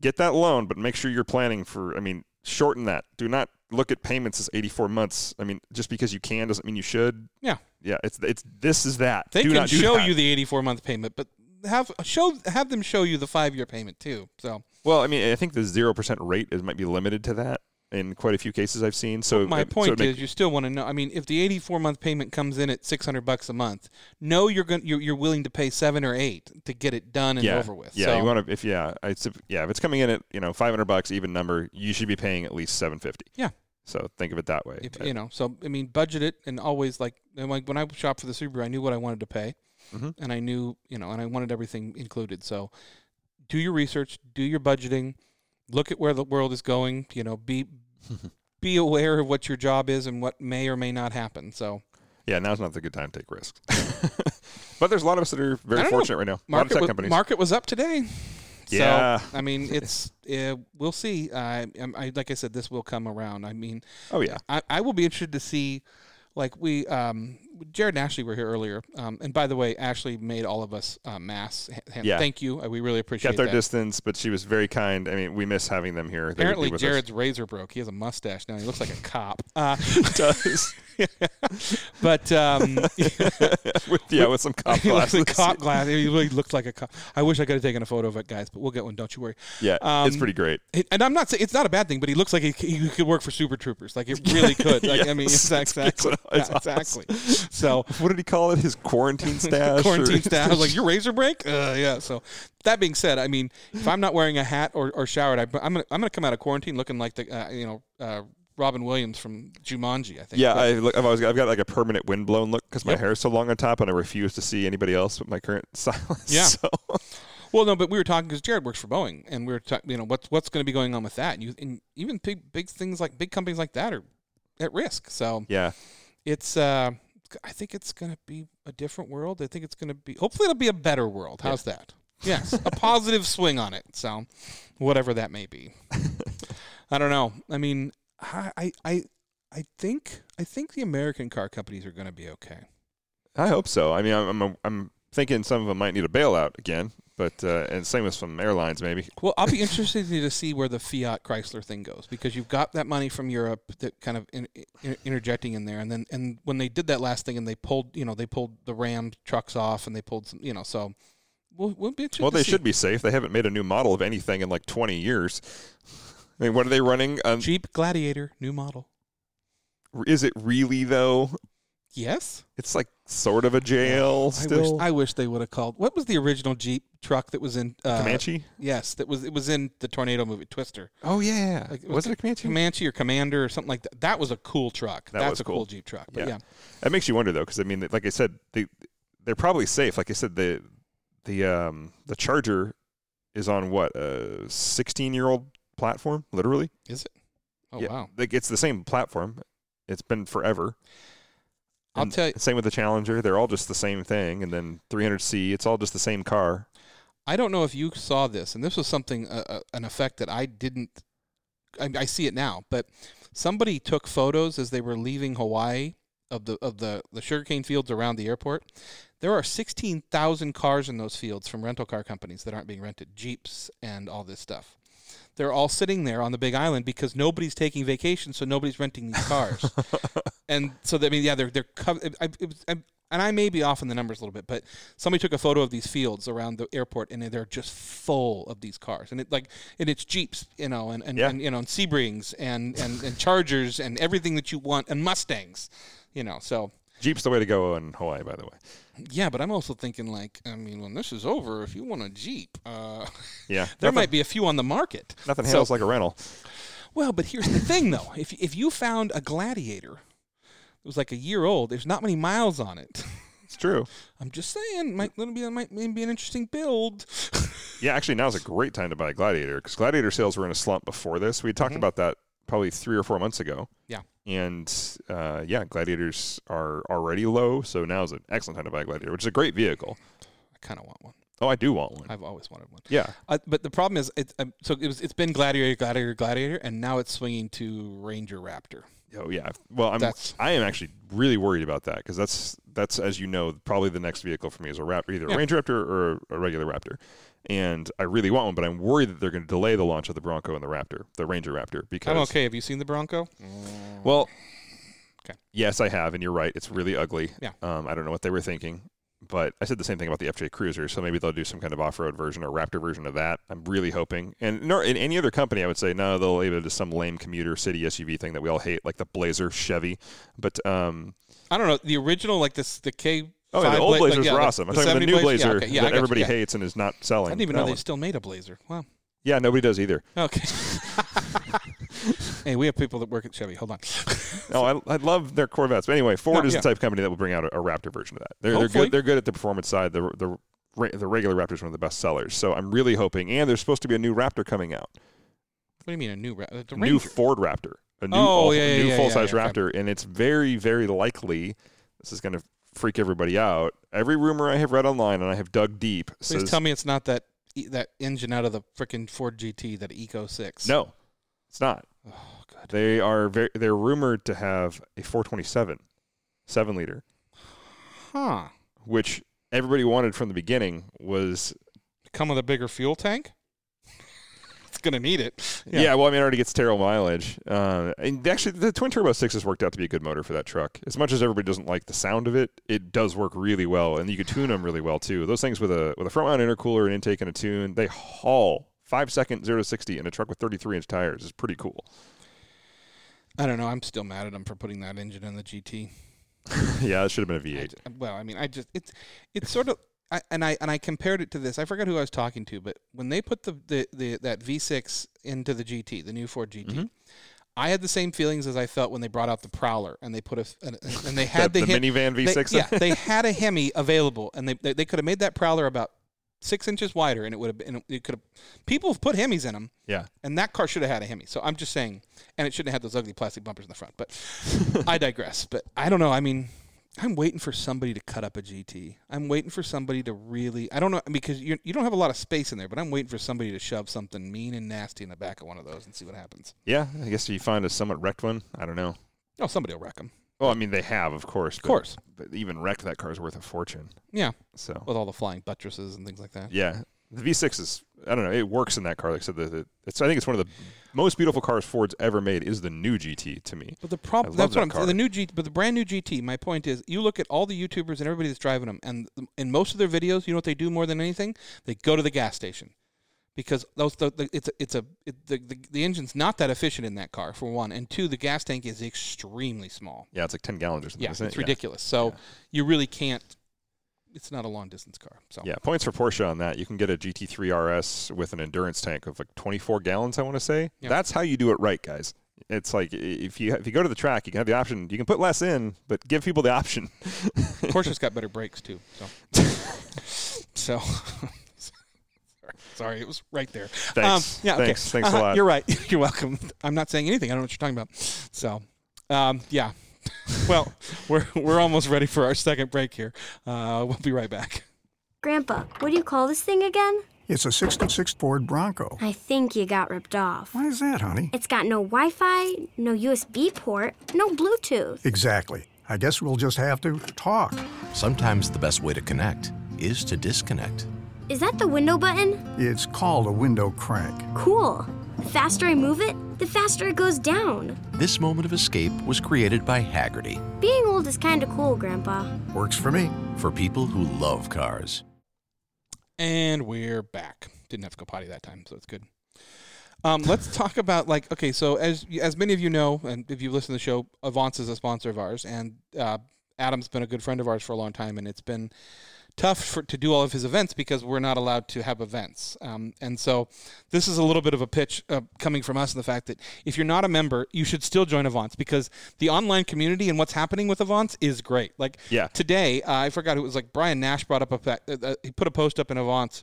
[SPEAKER 1] get that loan, but make sure you're planning for. I mean, shorten that. Do not look at payments as 84 months. I mean, just because you can doesn't mean you should.
[SPEAKER 2] Yeah.
[SPEAKER 1] yeah. It's it's this is that.
[SPEAKER 2] they
[SPEAKER 1] do
[SPEAKER 2] can
[SPEAKER 1] not do
[SPEAKER 2] show
[SPEAKER 1] that.
[SPEAKER 2] you the 84 month payment, but have show have them show you the five year payment too. So
[SPEAKER 1] Well, I mean, I think the zero percent rate is might be limited to that in quite a few cases I've seen. So uh,
[SPEAKER 2] my
[SPEAKER 1] so
[SPEAKER 2] point
[SPEAKER 1] it'd make-
[SPEAKER 2] is, you still want to know. I mean, if the eighty-four month payment comes in at six hundred bucks a month, know you're going you're, you're willing to pay seven or eight to get it done and
[SPEAKER 1] yeah,
[SPEAKER 2] over with.
[SPEAKER 1] Yeah,
[SPEAKER 2] So,
[SPEAKER 1] you want to if yeah, I, sup- yeah, if it's coming in at you know five hundred bucks even number, you should be paying at least seven fifty.
[SPEAKER 2] Yeah.
[SPEAKER 1] So think of it that way.
[SPEAKER 2] if,
[SPEAKER 1] Uh,
[SPEAKER 2] you know. So I mean, budget it and always like and like when I shopped for the Subaru, I knew what I wanted to pay,
[SPEAKER 1] Mhm.
[SPEAKER 2] and I knew you know, and I wanted everything included. So do your research, do your budgeting, look at where the world is going. You know, be be aware of what your job is and what may or may not happen. So
[SPEAKER 1] yeah, now's not the good time to take risks. but there's a lot of us that are very
[SPEAKER 2] I don't know.
[SPEAKER 1] fortunate right now. a lot of
[SPEAKER 2] market
[SPEAKER 1] tech
[SPEAKER 2] was,
[SPEAKER 1] companies.
[SPEAKER 2] market was up today. So,
[SPEAKER 1] yeah.
[SPEAKER 2] I mean, it's uh, we'll see. I, I'm- I like I said, this will come around. I mean,
[SPEAKER 1] oh yeah.
[SPEAKER 2] I, I will be interested to see. Like we, um, Jared and Ashley were here earlier, um, and by the way, Ashley made all of us uh, masks. Ha- ha-
[SPEAKER 1] Yeah.
[SPEAKER 2] Thank you. Uh, We really appreciate
[SPEAKER 1] Kept their
[SPEAKER 2] that.
[SPEAKER 1] distance, but she was very kind. I mean, we miss having them here. They would be
[SPEAKER 2] Apparently,
[SPEAKER 1] with
[SPEAKER 2] Jared's razor broke. He has a mustache now. He looks like a cop. Uh,
[SPEAKER 1] us. does.
[SPEAKER 2] but um,
[SPEAKER 1] with, yeah, with some cop
[SPEAKER 2] he looks
[SPEAKER 1] glasses.
[SPEAKER 2] like a cop glass. He really looked like a cop. I wish I could have taken a photo of it, guys. But we'll get one. Don't you worry.
[SPEAKER 1] Yeah, it's
[SPEAKER 2] Um,
[SPEAKER 1] pretty great.
[SPEAKER 2] It- and I'm not saying it's not a bad thing, but he looks like he, c- he could work for Super Troopers. Like it really could. Like I mean,
[SPEAKER 1] Yes,
[SPEAKER 2] exactly,
[SPEAKER 1] it's- it's-
[SPEAKER 2] exactly,
[SPEAKER 1] it's
[SPEAKER 2] Yeah, exactly. So
[SPEAKER 1] what did he call it? His quarantine stash. or-
[SPEAKER 2] quarantine staff. I was like, your razor break? Uh, yeah. So that being said, I mean, if I'm not wearing a hat or, or showered, I, I'm gonna I'm gonna come out of quarantine looking like the uh, you know uh, Robin Williams from Jumanji. I think.
[SPEAKER 1] Yeah,
[SPEAKER 2] But-
[SPEAKER 1] I look, I've always got, I've got like a permanent windblown look because my
[SPEAKER 2] Yep.
[SPEAKER 1] hair is so long on top, and I refuse to see anybody else but my current stylist.
[SPEAKER 2] Yeah.
[SPEAKER 1] So
[SPEAKER 2] Well, no, but we were talking because Jared works for Boeing, and we were talking, you know, what's what's going to be going on with that? And you and even big big things like big companies like that are at risk. So
[SPEAKER 1] Yeah.
[SPEAKER 2] it's uh, I think it's going to be a different world. I think it's going to be hopefully it'll be a better world. How's that? Yes, a positive swing on it. So whatever that may be, I don't know. I mean, I I I, I think I think the American car companies are going to be okay.
[SPEAKER 1] I hope so. I mean, I'm I'm, I'm thinking some of them might need a bailout again, but uh, and same with some airlines maybe.
[SPEAKER 2] Well, I'll be interested to see where the Fiat Chrysler thing goes because you've got that money from Europe that kind of in, in, interjecting in there, and then and when they did that last thing and they pulled, you know, they pulled the Ram trucks off and they pulled some, you know, so we'll, we'll be interested.
[SPEAKER 1] Well,
[SPEAKER 2] to
[SPEAKER 1] they
[SPEAKER 2] see.
[SPEAKER 1] should be safe. They haven't made a new model of anything in like 20 years. I mean, what are they running? Um,
[SPEAKER 2] Jeep Gladiator new model.
[SPEAKER 1] is it really though?
[SPEAKER 2] Yes,
[SPEAKER 1] It's like sort of a jail
[SPEAKER 2] I
[SPEAKER 1] still.
[SPEAKER 2] wish I wish they would have called. What was the original Jeep truck that was in uh,
[SPEAKER 1] Comanche?
[SPEAKER 2] Yes, that was it was in the tornado movie Twister.
[SPEAKER 1] Oh yeah.
[SPEAKER 2] Like,
[SPEAKER 1] was it a Comanche?
[SPEAKER 2] Comanche or Commander or something like that. That was a cool truck.
[SPEAKER 1] That
[SPEAKER 2] That's
[SPEAKER 1] was
[SPEAKER 2] a cool.
[SPEAKER 1] cool.
[SPEAKER 2] Jeep truck. But
[SPEAKER 1] Yeah.
[SPEAKER 2] yeah.
[SPEAKER 1] That makes you wonder though, because I mean, like I said, they they're probably safe. Like I said, the the um the Charger is on what a 16 year old platform, literally.
[SPEAKER 2] is it? Oh
[SPEAKER 1] Yeah,
[SPEAKER 2] wow.
[SPEAKER 1] like it's the same platform. It's been forever.
[SPEAKER 2] I'll
[SPEAKER 1] And
[SPEAKER 2] tell you,
[SPEAKER 1] Same with the Challenger. They're all just the same thing. And then 300C, it's all just the same car.
[SPEAKER 2] I don't know if you saw this, and this was something uh, uh, an effect that I didn't. I, I see it now, but somebody took photos as they were leaving Hawaii of the of the the sugarcane fields around the airport. There are sixteen thousand cars in those fields from rental car companies that aren't being rented, jeeps and all this stuff. They're all sitting there on the Big Island because nobody's taking vacation, so nobody's renting these cars. and so I mean, yeah, they're they're. Co- I, it was, I, and I may be off in the numbers a little bit, but somebody took a photo of these fields around the airport, and they're just full of these cars, and it like and it's jeeps, you know, and and,
[SPEAKER 1] Yeah.
[SPEAKER 2] and you know, and Sebrings and and and Chargers and everything that you want, and Mustangs, you know. So
[SPEAKER 1] Jeep's the way to go in Hawaii, by the way.
[SPEAKER 2] yeah, but I'm also thinking like, I mean, when this is over, if you want a jeep, uh,
[SPEAKER 1] Yeah.
[SPEAKER 2] there
[SPEAKER 1] nothing,
[SPEAKER 2] might be a few on the market.
[SPEAKER 1] nothing
[SPEAKER 2] so-
[SPEAKER 1] hails like a rental.
[SPEAKER 2] Well, but here's the thing, though. If if you found a Gladiator, that was like a year old. There's not many miles on it.
[SPEAKER 1] It's true.
[SPEAKER 2] I'm just saying, might that'll be might may be an interesting build.
[SPEAKER 1] Yeah, actually, now's a great time to buy a Gladiator because Gladiator sales were in a slump before this. We
[SPEAKER 2] Mm-hmm.
[SPEAKER 1] talked about that probably three or four months ago.
[SPEAKER 2] Yeah.
[SPEAKER 1] And uh, yeah, Gladiators are already low. So now's an excellent time to buy a Gladiator, which is a great vehicle.
[SPEAKER 2] I kind of want one.
[SPEAKER 1] Oh, I do want one.
[SPEAKER 2] I've always wanted one.
[SPEAKER 1] yeah.
[SPEAKER 2] Uh, but the problem is, it, um, so it was, it's been Gladiator, Gladiator, Gladiator, and now it's swinging to Ranger Raptor.
[SPEAKER 1] Oh yeah. Well, I'm
[SPEAKER 2] That's-
[SPEAKER 1] I am actually really worried about that because that's that's as you know probably the next vehicle for me is a Raptor, either
[SPEAKER 2] Yeah.
[SPEAKER 1] a Range Raptor or a regular Raptor, and I really want one, but I'm worried that they're going to delay the launch of the Bronco and the Raptor, the Ranger Raptor, because
[SPEAKER 2] I'm okay. Have you seen the Bronco?
[SPEAKER 1] well,
[SPEAKER 2] Okay.
[SPEAKER 1] yes, I have, and you're right, it's really ugly.
[SPEAKER 2] Yeah.
[SPEAKER 1] Um, I don't know what they were thinking, but I said the same thing about the FJ Cruiser, so maybe they'll do some kind of off-road version or Raptor version of that. I'm really hoping, and nor in any other company, I would say no, they'll leave it to some lame commuter city SUV thing that we all hate, like the Blazer Chevy, but um.
[SPEAKER 2] I don't know. The original, like this, the K.
[SPEAKER 1] Oh, yeah, the old Blazers
[SPEAKER 2] yeah,
[SPEAKER 1] were
[SPEAKER 2] the-
[SPEAKER 1] awesome. I'm talking about the
[SPEAKER 2] 70
[SPEAKER 1] new
[SPEAKER 2] Blazer.
[SPEAKER 1] Blazer
[SPEAKER 2] Yeah, okay, yeah, I
[SPEAKER 1] that
[SPEAKER 2] got you,
[SPEAKER 1] everybody
[SPEAKER 2] yeah.
[SPEAKER 1] hates and is not selling.
[SPEAKER 2] I didn't even
[SPEAKER 1] That
[SPEAKER 2] know they
[SPEAKER 1] one.
[SPEAKER 2] still made a Blazer. Wow.
[SPEAKER 1] Yeah, nobody does either.
[SPEAKER 2] Okay. hey, we have people that work at Chevy. Hold on.
[SPEAKER 1] No, Oh, I, I love their Corvettes. But anyway, Ford
[SPEAKER 2] No,
[SPEAKER 1] is
[SPEAKER 2] yeah.
[SPEAKER 1] the type of company that will bring out a, a Raptor version of that. They're, they're
[SPEAKER 2] Hopefully.
[SPEAKER 1] good. They're good at the performance side. The the re- the regular Raptor is one of the best sellers. So I'm really hoping. And there's supposed to be a new Raptor coming out.
[SPEAKER 2] What do you mean a new ra- uh, the
[SPEAKER 1] new
[SPEAKER 2] Ranger?
[SPEAKER 1] Ford Raptor, a new,
[SPEAKER 2] Oh,
[SPEAKER 1] all-
[SPEAKER 2] yeah, yeah,
[SPEAKER 1] new
[SPEAKER 2] yeah,
[SPEAKER 1] full size
[SPEAKER 2] yeah, yeah,
[SPEAKER 1] Raptor, and it's very, very likely this is going to freak everybody out. Every rumor I have read online, and I have dug deep,
[SPEAKER 2] Please
[SPEAKER 1] says
[SPEAKER 2] tell me it's not that e- that engine out of the freaking Ford GT, that Eco Six.
[SPEAKER 1] no, it's not.
[SPEAKER 2] Oh, good.
[SPEAKER 1] They are very, they're rumored to have a 427 7 liter,
[SPEAKER 2] Huh.
[SPEAKER 1] which everybody wanted from the beginning was
[SPEAKER 2] Come with a bigger fuel tank. it's gonna need it.
[SPEAKER 1] yeah, well I mean it already gets terrible mileage. Uh, and actually the twin turbo 6 has worked out to be a good motor for that truck. As much as everybody doesn't like the sound of it, it does work really well and you could tune them really well too. Those things with a with a front mount intercooler and intake and a tune, they haul 5 second 0 to 60 in a truck with 33 inch tires is pretty cool.
[SPEAKER 2] I don't know. I'm still mad at them for putting that engine in the GT.
[SPEAKER 1] yeah, it should have been a
[SPEAKER 2] I
[SPEAKER 1] V8.
[SPEAKER 2] ju- uh, well, I mean, I just it's it's sort of. I, and I and I compared it to this. I forgot who I was talking to, but when they put the, the, the that V6 into the GT, the new Ford GT,
[SPEAKER 1] Mm-hmm.
[SPEAKER 2] I had the same feelings as I felt when they brought out the Prowler and they put a an, an- and they had
[SPEAKER 1] the,
[SPEAKER 2] the,
[SPEAKER 1] the minivan
[SPEAKER 2] Hem- they-
[SPEAKER 1] V6.
[SPEAKER 2] yeah, they had a Hemi available, and they they, they could have made that Prowler about six inches wider, and it would have been. It could have. People have put Hemis in them,
[SPEAKER 1] Yeah.
[SPEAKER 2] and that car should have had a Hemi. So I'm just saying, and it shouldn't have had those ugly plastic bumpers in the front. But I digress. But I don't know. I mean, I'm waiting for somebody to cut up a GT. I'm waiting for somebody to really. I don't know because you you don't have a lot of space in there. But I'm waiting for somebody to shove something mean and nasty in the back of one of those and see what happens.
[SPEAKER 1] Yeah. I guess you find a somewhat wrecked one. I don't know.
[SPEAKER 2] Oh, somebody will wreck them.
[SPEAKER 1] Well, I mean, they have, of course.
[SPEAKER 2] Of course.
[SPEAKER 1] But even wrecked, that car's worth a fortune.
[SPEAKER 2] Yeah,
[SPEAKER 1] So,
[SPEAKER 2] with all the flying buttresses and things like that.
[SPEAKER 1] yeah. The V6 is, I don't know, it works in that car. Like I said, the, the, it's, I think it's one of the most beautiful cars Ford's ever made is the new GT to me.
[SPEAKER 2] But the
[SPEAKER 1] I
[SPEAKER 2] problem
[SPEAKER 1] love
[SPEAKER 2] that's
[SPEAKER 1] that
[SPEAKER 2] what I'm
[SPEAKER 1] car.
[SPEAKER 2] the new G but the brand new GT. My point is, you look at all the YouTubers and everybody that's driving them, and th- in most of their videos, you know what they do more than anything? They go to the gas station because those the, the it's a, it's a it, the, the the engine's not that efficient in that car for one, and two, the gas tank is extremely small.
[SPEAKER 1] Yeah, it's like 10 gallons or something.
[SPEAKER 2] Yeah, it's
[SPEAKER 1] isn't it?
[SPEAKER 2] ridiculous. So you really can't. It's not a long distance car. So
[SPEAKER 1] Yeah, points for Porsche on that. You can get a GT3 RS with an endurance tank of like 24 gallons. I want to say
[SPEAKER 2] Yeah.
[SPEAKER 1] that's how you do it right, guys. It's like i- if you if you go to the track, you can have the option. You can put less in, but give people the option.
[SPEAKER 2] Porsche's got better brakes too. So so. Sorry, Sorry, it was right there.
[SPEAKER 1] Thanks.
[SPEAKER 2] yeah, okay.
[SPEAKER 1] Thanks. Thanks a
[SPEAKER 2] Uh-huh,
[SPEAKER 1] lot.
[SPEAKER 2] You're right. You're welcome. I'm not saying anything. I don't know what you're talking about. So, um, yeah. well, we're we're almost ready for our second break here. Uh, we'll be right back.
[SPEAKER 4] Grandpa, what do you call this thing again?
[SPEAKER 5] It's a 66 Ford Bronco.
[SPEAKER 4] I think you got ripped off.
[SPEAKER 5] Why is that, honey?
[SPEAKER 4] It's got no Wi Fi, no USB port, no Bluetooth.
[SPEAKER 5] Exactly. I guess we'll just have to talk.
[SPEAKER 3] Sometimes the best way to connect is to disconnect.
[SPEAKER 4] Is that the window button?
[SPEAKER 5] It's called a window crank.
[SPEAKER 4] Cool. The faster I move it, the faster it goes down.
[SPEAKER 3] This moment of escape was created by Haggerty
[SPEAKER 4] Being old is kinda cool, Grandpa.
[SPEAKER 5] Works for me.
[SPEAKER 3] for people who love cars.
[SPEAKER 2] And we're back. Didn't have to go potty that time, so it's good. Um, let's talk about like okay, so as as many of you know, and if you listen to the show, Avance is a sponsor of ours, and uh, Adam's been a good friend of ours for a long time, and it's been tough for, to do all of his events because we're not allowed to have events. Um, and so this is a little bit of a pitch uh, coming from us in the fact that if you're not a member, you should still join Avance because the online community and what's happening with Avance is great. Like
[SPEAKER 1] Yeah.
[SPEAKER 2] today, uh, I forgot it was like Brian Nash brought up a fact, uh, uh, he put a post up in Avance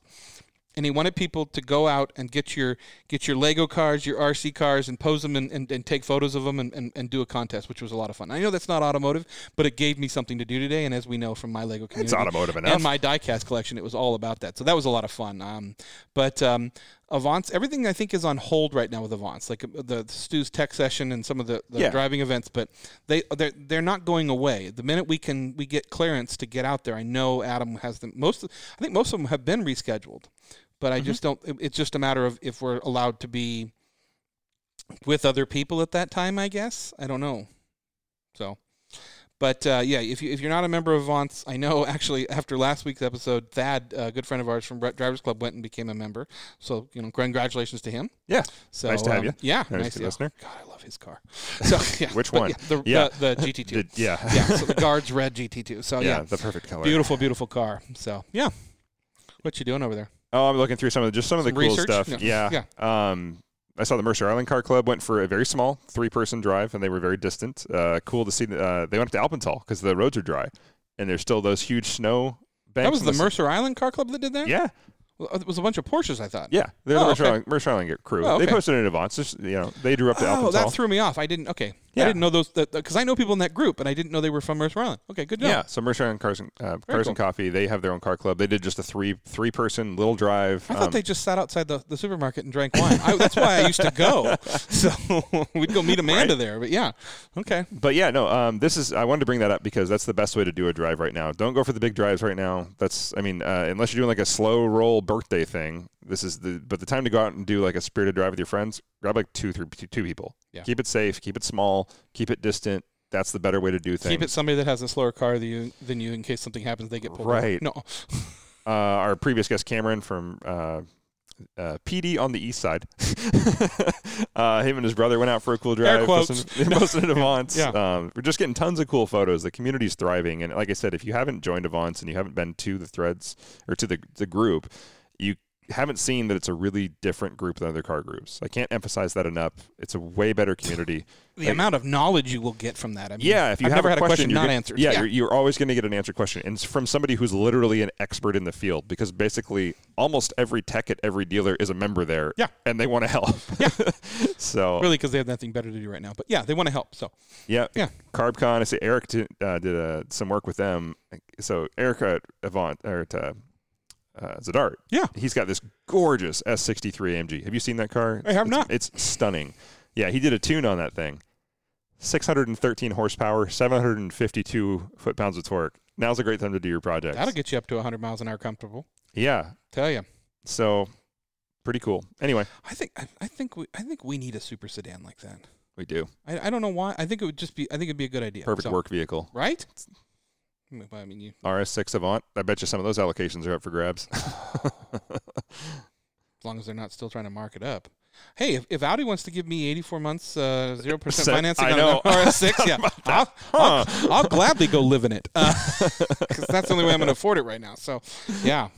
[SPEAKER 2] and he wanted people to go out and get your get your Lego cars, your RC cars, and pose them and, and, and take photos of them and, and, and do a contest, which was a lot of fun. I know that's not automotive, but it gave me something to do today. And as we know from my Lego community,
[SPEAKER 1] automotive enough.
[SPEAKER 2] And my diecast collection, it was all about that. So that was a lot of fun. Um, but um, Avance, everything I think is on hold right now with Avance, like uh, the, the Stu's tech session and some of the, the
[SPEAKER 1] Yeah.
[SPEAKER 2] driving events. But they they're, they're not going away. The minute we can we get clearance to get out there, I know Adam has them. Most I think most of them have been rescheduled but I just don't. it- It's just a matter of if we're allowed to be with other people at that time. I guess I don't know. So, but uh, yeah, if you if you're not a member of Avance, I know actually after last week's episode, Thad, a good friend of ours from Bre- Drivers Club, went and became a member. So you know, congratulations to him.
[SPEAKER 1] Yeah.
[SPEAKER 2] So
[SPEAKER 1] Nice to have
[SPEAKER 2] um,
[SPEAKER 1] you.
[SPEAKER 2] Yeah,
[SPEAKER 1] Nice
[SPEAKER 2] nice
[SPEAKER 1] to
[SPEAKER 2] to yeah.
[SPEAKER 1] listener.
[SPEAKER 2] God, I love his car. So yeah,
[SPEAKER 1] Which
[SPEAKER 2] but
[SPEAKER 1] one?
[SPEAKER 2] Yeah, the,
[SPEAKER 1] Yeah.
[SPEAKER 2] the, the GT2.
[SPEAKER 1] Did- yeah.
[SPEAKER 2] yeah. So the guards red GT2.
[SPEAKER 1] yeah,
[SPEAKER 2] So oh, yeah,
[SPEAKER 1] the perfect color.
[SPEAKER 2] beautiful, beautiful car. So yeah, what you doing over there?
[SPEAKER 1] Oh, I'm looking through some of the, just some of the
[SPEAKER 2] Some
[SPEAKER 1] cool
[SPEAKER 2] research?
[SPEAKER 1] stuff.
[SPEAKER 2] No.
[SPEAKER 1] Yeah. Um, I saw the Mercer Island Car Club went for a very small three-person drive, and they were very distant. Uh, cool to see. that, Uh, they went up to Alpental because the roads are dry, and there's still those huge snow banks.
[SPEAKER 2] That was
[SPEAKER 1] in
[SPEAKER 2] the
[SPEAKER 1] s-
[SPEAKER 2] Mercer Island Car Club that did that.
[SPEAKER 1] Yeah,
[SPEAKER 2] Well, it was a bunch of Porsches, I thought.
[SPEAKER 1] yeah. They're
[SPEAKER 2] Oh,
[SPEAKER 1] the Mercer,
[SPEAKER 2] okay.
[SPEAKER 1] Island, Mercer Island crew.
[SPEAKER 2] Oh,
[SPEAKER 1] They
[SPEAKER 2] okay.
[SPEAKER 1] posted an advance. Just, you know, they drew up to
[SPEAKER 2] Oh,
[SPEAKER 1] Alpental.
[SPEAKER 2] that threw me off. I didn't. Okay,
[SPEAKER 1] Yeah.
[SPEAKER 2] I didn't know those because I know people in that group, and I didn't know they were from Mercer Island. Okay, good to know.
[SPEAKER 1] Yeah, so Mercer Island Cars and, uh, Cars
[SPEAKER 2] cool.
[SPEAKER 1] and Coffee, they have their own car club. They did just a three three person little drive.
[SPEAKER 2] I thought
[SPEAKER 1] Um,
[SPEAKER 2] they just sat outside the, the supermarket and drank wine. I, that's why I used to go. So we'd go meet Amanda there. But yeah, okay.
[SPEAKER 1] but yeah, no. Um, this is I wanted to bring that up because that's the best way to do a drive right now. Don't go for the big drives right now. That's I mean, uh, unless you're doing like a slow roll birthday thing, this is the but the time to go out and do like a spirited drive with your friends. Grab like two three two people.
[SPEAKER 2] Yeah.
[SPEAKER 1] Keep it safe. Keep it small. Keep it distant. That's the better way to do things.
[SPEAKER 2] Keep it somebody that has a slower car than you, than you in case something happens. They get pulled. over.
[SPEAKER 1] Right.
[SPEAKER 2] No.
[SPEAKER 1] uh, our previous guest Cameron from uh, uh, PD on the East Side. uh, him and his brother went out for a cool drive.
[SPEAKER 2] quotes.
[SPEAKER 1] Posted, posted at Avance.
[SPEAKER 2] Yeah.
[SPEAKER 1] Um, we're just getting tons of cool photos. The community's thriving, and like I said, if you haven't joined Avance and you haven't been to the threads or to the the group, you haven't seen that it's a really different group than other car groups. I can't emphasize that enough. It's a way better community.
[SPEAKER 2] The
[SPEAKER 1] Like-
[SPEAKER 2] amount of knowledge you will get from that. I mean,
[SPEAKER 1] Yeah, if you
[SPEAKER 2] I've
[SPEAKER 1] have
[SPEAKER 2] never
[SPEAKER 1] a
[SPEAKER 2] had
[SPEAKER 1] question,
[SPEAKER 2] a question
[SPEAKER 1] you're
[SPEAKER 2] not
[SPEAKER 1] gonna-
[SPEAKER 2] answered.
[SPEAKER 1] Yeah, You're, you're always going to get an answered question, and it's from somebody who's literally an expert in the field because basically almost every tech at every dealer is a member there.
[SPEAKER 2] Yeah.
[SPEAKER 1] and they want to help. Yeah, so
[SPEAKER 2] really because they have nothing better to do right now. But yeah, they want to help. So
[SPEAKER 1] yeah,
[SPEAKER 2] Yeah.
[SPEAKER 1] CarbCon. I see Eric did, uh, did uh, some work with them. So Eric at Avant or at uh, uh, Zadart.
[SPEAKER 2] Yeah.
[SPEAKER 1] he's got this gorgeous S63 AMG. Have you seen that car?
[SPEAKER 2] I have
[SPEAKER 1] It's-
[SPEAKER 2] not.
[SPEAKER 1] It's stunning. Yeah, he did a tune on that thing. 613 horsepower, 752 foot pounds of torque. Now's a great time to do your project.
[SPEAKER 2] that'll get you up to 100 miles an hour comfortable.
[SPEAKER 1] yeah.
[SPEAKER 2] Tell you,
[SPEAKER 1] So pretty cool. Anyway,
[SPEAKER 2] I think I, I think we I think we need a super sedan like that.
[SPEAKER 1] we do.
[SPEAKER 2] I, I don't know why. I think it would just be I think it'd be a good idea.
[SPEAKER 1] Perfect
[SPEAKER 2] So-
[SPEAKER 1] work vehicle.
[SPEAKER 2] right? I mean, you
[SPEAKER 1] RS6 Avant. I bet you some of those allocations are up for grabs.
[SPEAKER 2] as long as they're not still trying to mark it up. Hey, if, if Audi wants to give me 84 months, uh, zero percent
[SPEAKER 1] So-
[SPEAKER 2] financing
[SPEAKER 1] I
[SPEAKER 2] on
[SPEAKER 1] know.
[SPEAKER 2] an RS6, yeah, I'll, I'll, I'll gladly go live in it because that's the only way I'm going to afford it right now. So, yeah,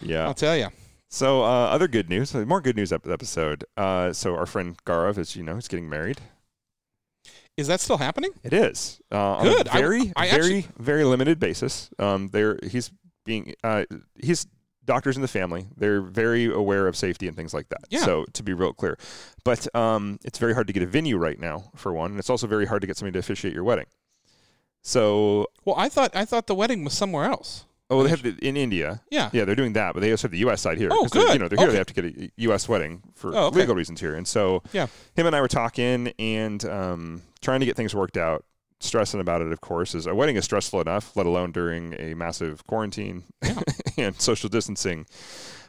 [SPEAKER 1] yeah.
[SPEAKER 2] I'll tell you.
[SPEAKER 1] So uh, other good news, more good news ep- episode. Uh, so our friend Garov, as you know, is getting married.
[SPEAKER 2] Is that still happening?
[SPEAKER 1] It is uh, on
[SPEAKER 2] Good.
[SPEAKER 1] a
[SPEAKER 2] I-
[SPEAKER 1] very,
[SPEAKER 2] I
[SPEAKER 1] very,
[SPEAKER 2] actually-
[SPEAKER 1] very limited basis. Um, there, he's being uh, he's doctors in the family. They're very aware of safety and things like that.
[SPEAKER 2] Yeah.
[SPEAKER 1] So to be real clear, but um, it's very hard to get a venue right now for one, and it's also very hard to get somebody to officiate your wedding. So
[SPEAKER 2] Well, I thought I thought the wedding was somewhere else.
[SPEAKER 1] oh, they have to, in India.
[SPEAKER 2] Yeah.
[SPEAKER 1] Yeah, they're doing that, but they also have the U.S. side here.
[SPEAKER 2] Oh,
[SPEAKER 1] 'cause they're- You
[SPEAKER 2] good.
[SPEAKER 1] know, they're here. They
[SPEAKER 2] Okay.
[SPEAKER 1] have to get a U.S. wedding for
[SPEAKER 2] Oh, okay.
[SPEAKER 1] legal reasons here, and so
[SPEAKER 2] Yeah.
[SPEAKER 1] him and I were talking and um, trying to get things worked out. Stressing about it, of course, is a wedding is stressful enough, let alone during a massive quarantine and social distancing.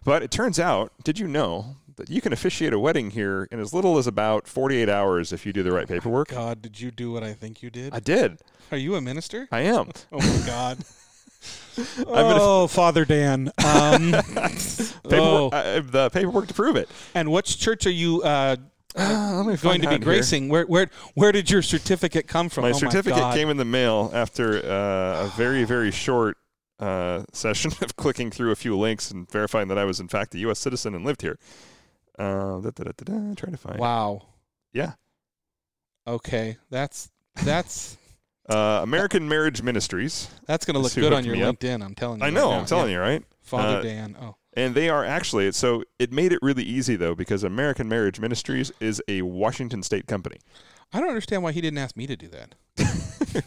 [SPEAKER 1] But it turns out, did you know that you can officiate a wedding here in as little as about 48 hours if you do the right paperwork?
[SPEAKER 2] Oh God, Uh, did you do what I think you did?
[SPEAKER 1] I did.
[SPEAKER 2] Are you a minister?
[SPEAKER 1] I am.
[SPEAKER 2] Oh my God.
[SPEAKER 1] gonna-
[SPEAKER 2] oh, Father Dan. Um, oh.
[SPEAKER 1] Paperwork, I, I have the paperwork to prove it.
[SPEAKER 2] And which church are you uh,
[SPEAKER 1] let me
[SPEAKER 2] going
[SPEAKER 1] find
[SPEAKER 2] to be
[SPEAKER 1] out here.
[SPEAKER 2] gracing? Where where where did your certificate come from?
[SPEAKER 1] My
[SPEAKER 2] Oh
[SPEAKER 1] certificate
[SPEAKER 2] God.
[SPEAKER 1] came in the mail after uh, a very, very short uh, session of clicking through a few links and verifying that I was, in fact, a U.S. citizen and lived here. Uh, da, da, da, da, da, trying to find.
[SPEAKER 2] Wow.
[SPEAKER 1] Yeah.
[SPEAKER 2] Okay. That's that's
[SPEAKER 1] Uh, American Marriage Ministries.
[SPEAKER 2] that's gonna look
[SPEAKER 1] Let's see,
[SPEAKER 2] good
[SPEAKER 1] hook
[SPEAKER 2] on your
[SPEAKER 1] me up.
[SPEAKER 2] LinkedIn. I'm telling you.
[SPEAKER 1] I
[SPEAKER 2] right
[SPEAKER 1] know,
[SPEAKER 2] now.
[SPEAKER 1] I'm telling you, right?
[SPEAKER 2] Father
[SPEAKER 1] uh,
[SPEAKER 2] Dan. Oh,
[SPEAKER 1] And they are actually, so it made it really easy, though, because American Marriage Ministries is a Washington state company.
[SPEAKER 2] I don't understand why he didn't ask me to do that.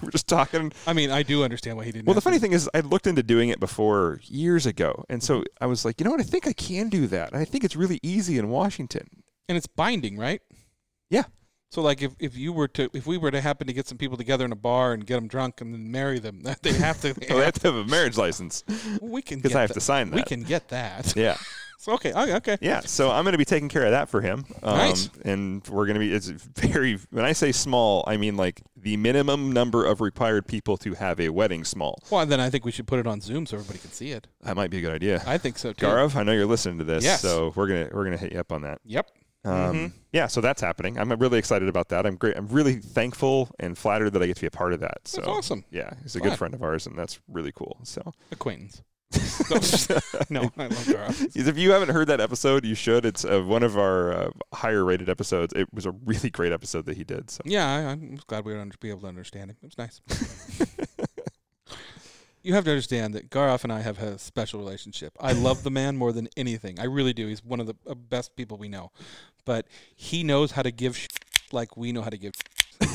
[SPEAKER 1] We're just talking
[SPEAKER 2] I mean, I do understand why he didn't.
[SPEAKER 1] Well, the
[SPEAKER 2] ask me
[SPEAKER 1] funny
[SPEAKER 2] to-
[SPEAKER 1] thing is, I looked into doing it before years ago, and so I was like, you know what? I think I can do that, and I think it's really easy in Washington.
[SPEAKER 2] and it's binding, right?
[SPEAKER 1] Yeah,
[SPEAKER 2] So, like, if, if you were to, if we were to happen to get some people together in a bar and get them drunk and then marry them, they have to.
[SPEAKER 1] well, they have to have a marriage license.
[SPEAKER 2] we can
[SPEAKER 1] 'cause I
[SPEAKER 2] get
[SPEAKER 1] have to sign
[SPEAKER 2] We
[SPEAKER 1] that.
[SPEAKER 2] can get that.
[SPEAKER 1] Yeah,
[SPEAKER 2] So, okay, okay, okay.
[SPEAKER 1] yeah. So I'm going to be taking care of that for him. Um,
[SPEAKER 2] Nice.
[SPEAKER 1] And we're going to be. It's very. When I say small, I mean like the minimum number of required people to have a wedding. Small.
[SPEAKER 2] Well, then I think we should put it on Zoom so everybody can see it.
[SPEAKER 1] That might be a good idea.
[SPEAKER 2] I think so too.
[SPEAKER 1] Garov, I know you're listening to this,
[SPEAKER 2] Yes.
[SPEAKER 1] so we're gonna we're gonna hit you up on that.
[SPEAKER 2] Yep.
[SPEAKER 1] Um,
[SPEAKER 2] Mm-hmm.
[SPEAKER 1] Yeah, so that's happening. I'm really excited about that. I'm great. I'm really thankful and flattered that I get to be a part of that. So
[SPEAKER 2] awesome.
[SPEAKER 1] Yeah, he's a
[SPEAKER 2] Glad.
[SPEAKER 1] good friend of ours, and that's really cool. So
[SPEAKER 2] Acquaintance. no, I love Garov.
[SPEAKER 1] if you haven't heard that episode, you should. It's uh, one of our uh, higher rated episodes. It was a really great episode that he did. So
[SPEAKER 2] Yeah, I, I'm glad we were under, be able to understand him. It was nice. you have to understand that Garoff and I have had a special relationship. I love the man more than anything. I really do. He's one of the uh, best people we know. But he knows how to give sh- like we know how to give. sh-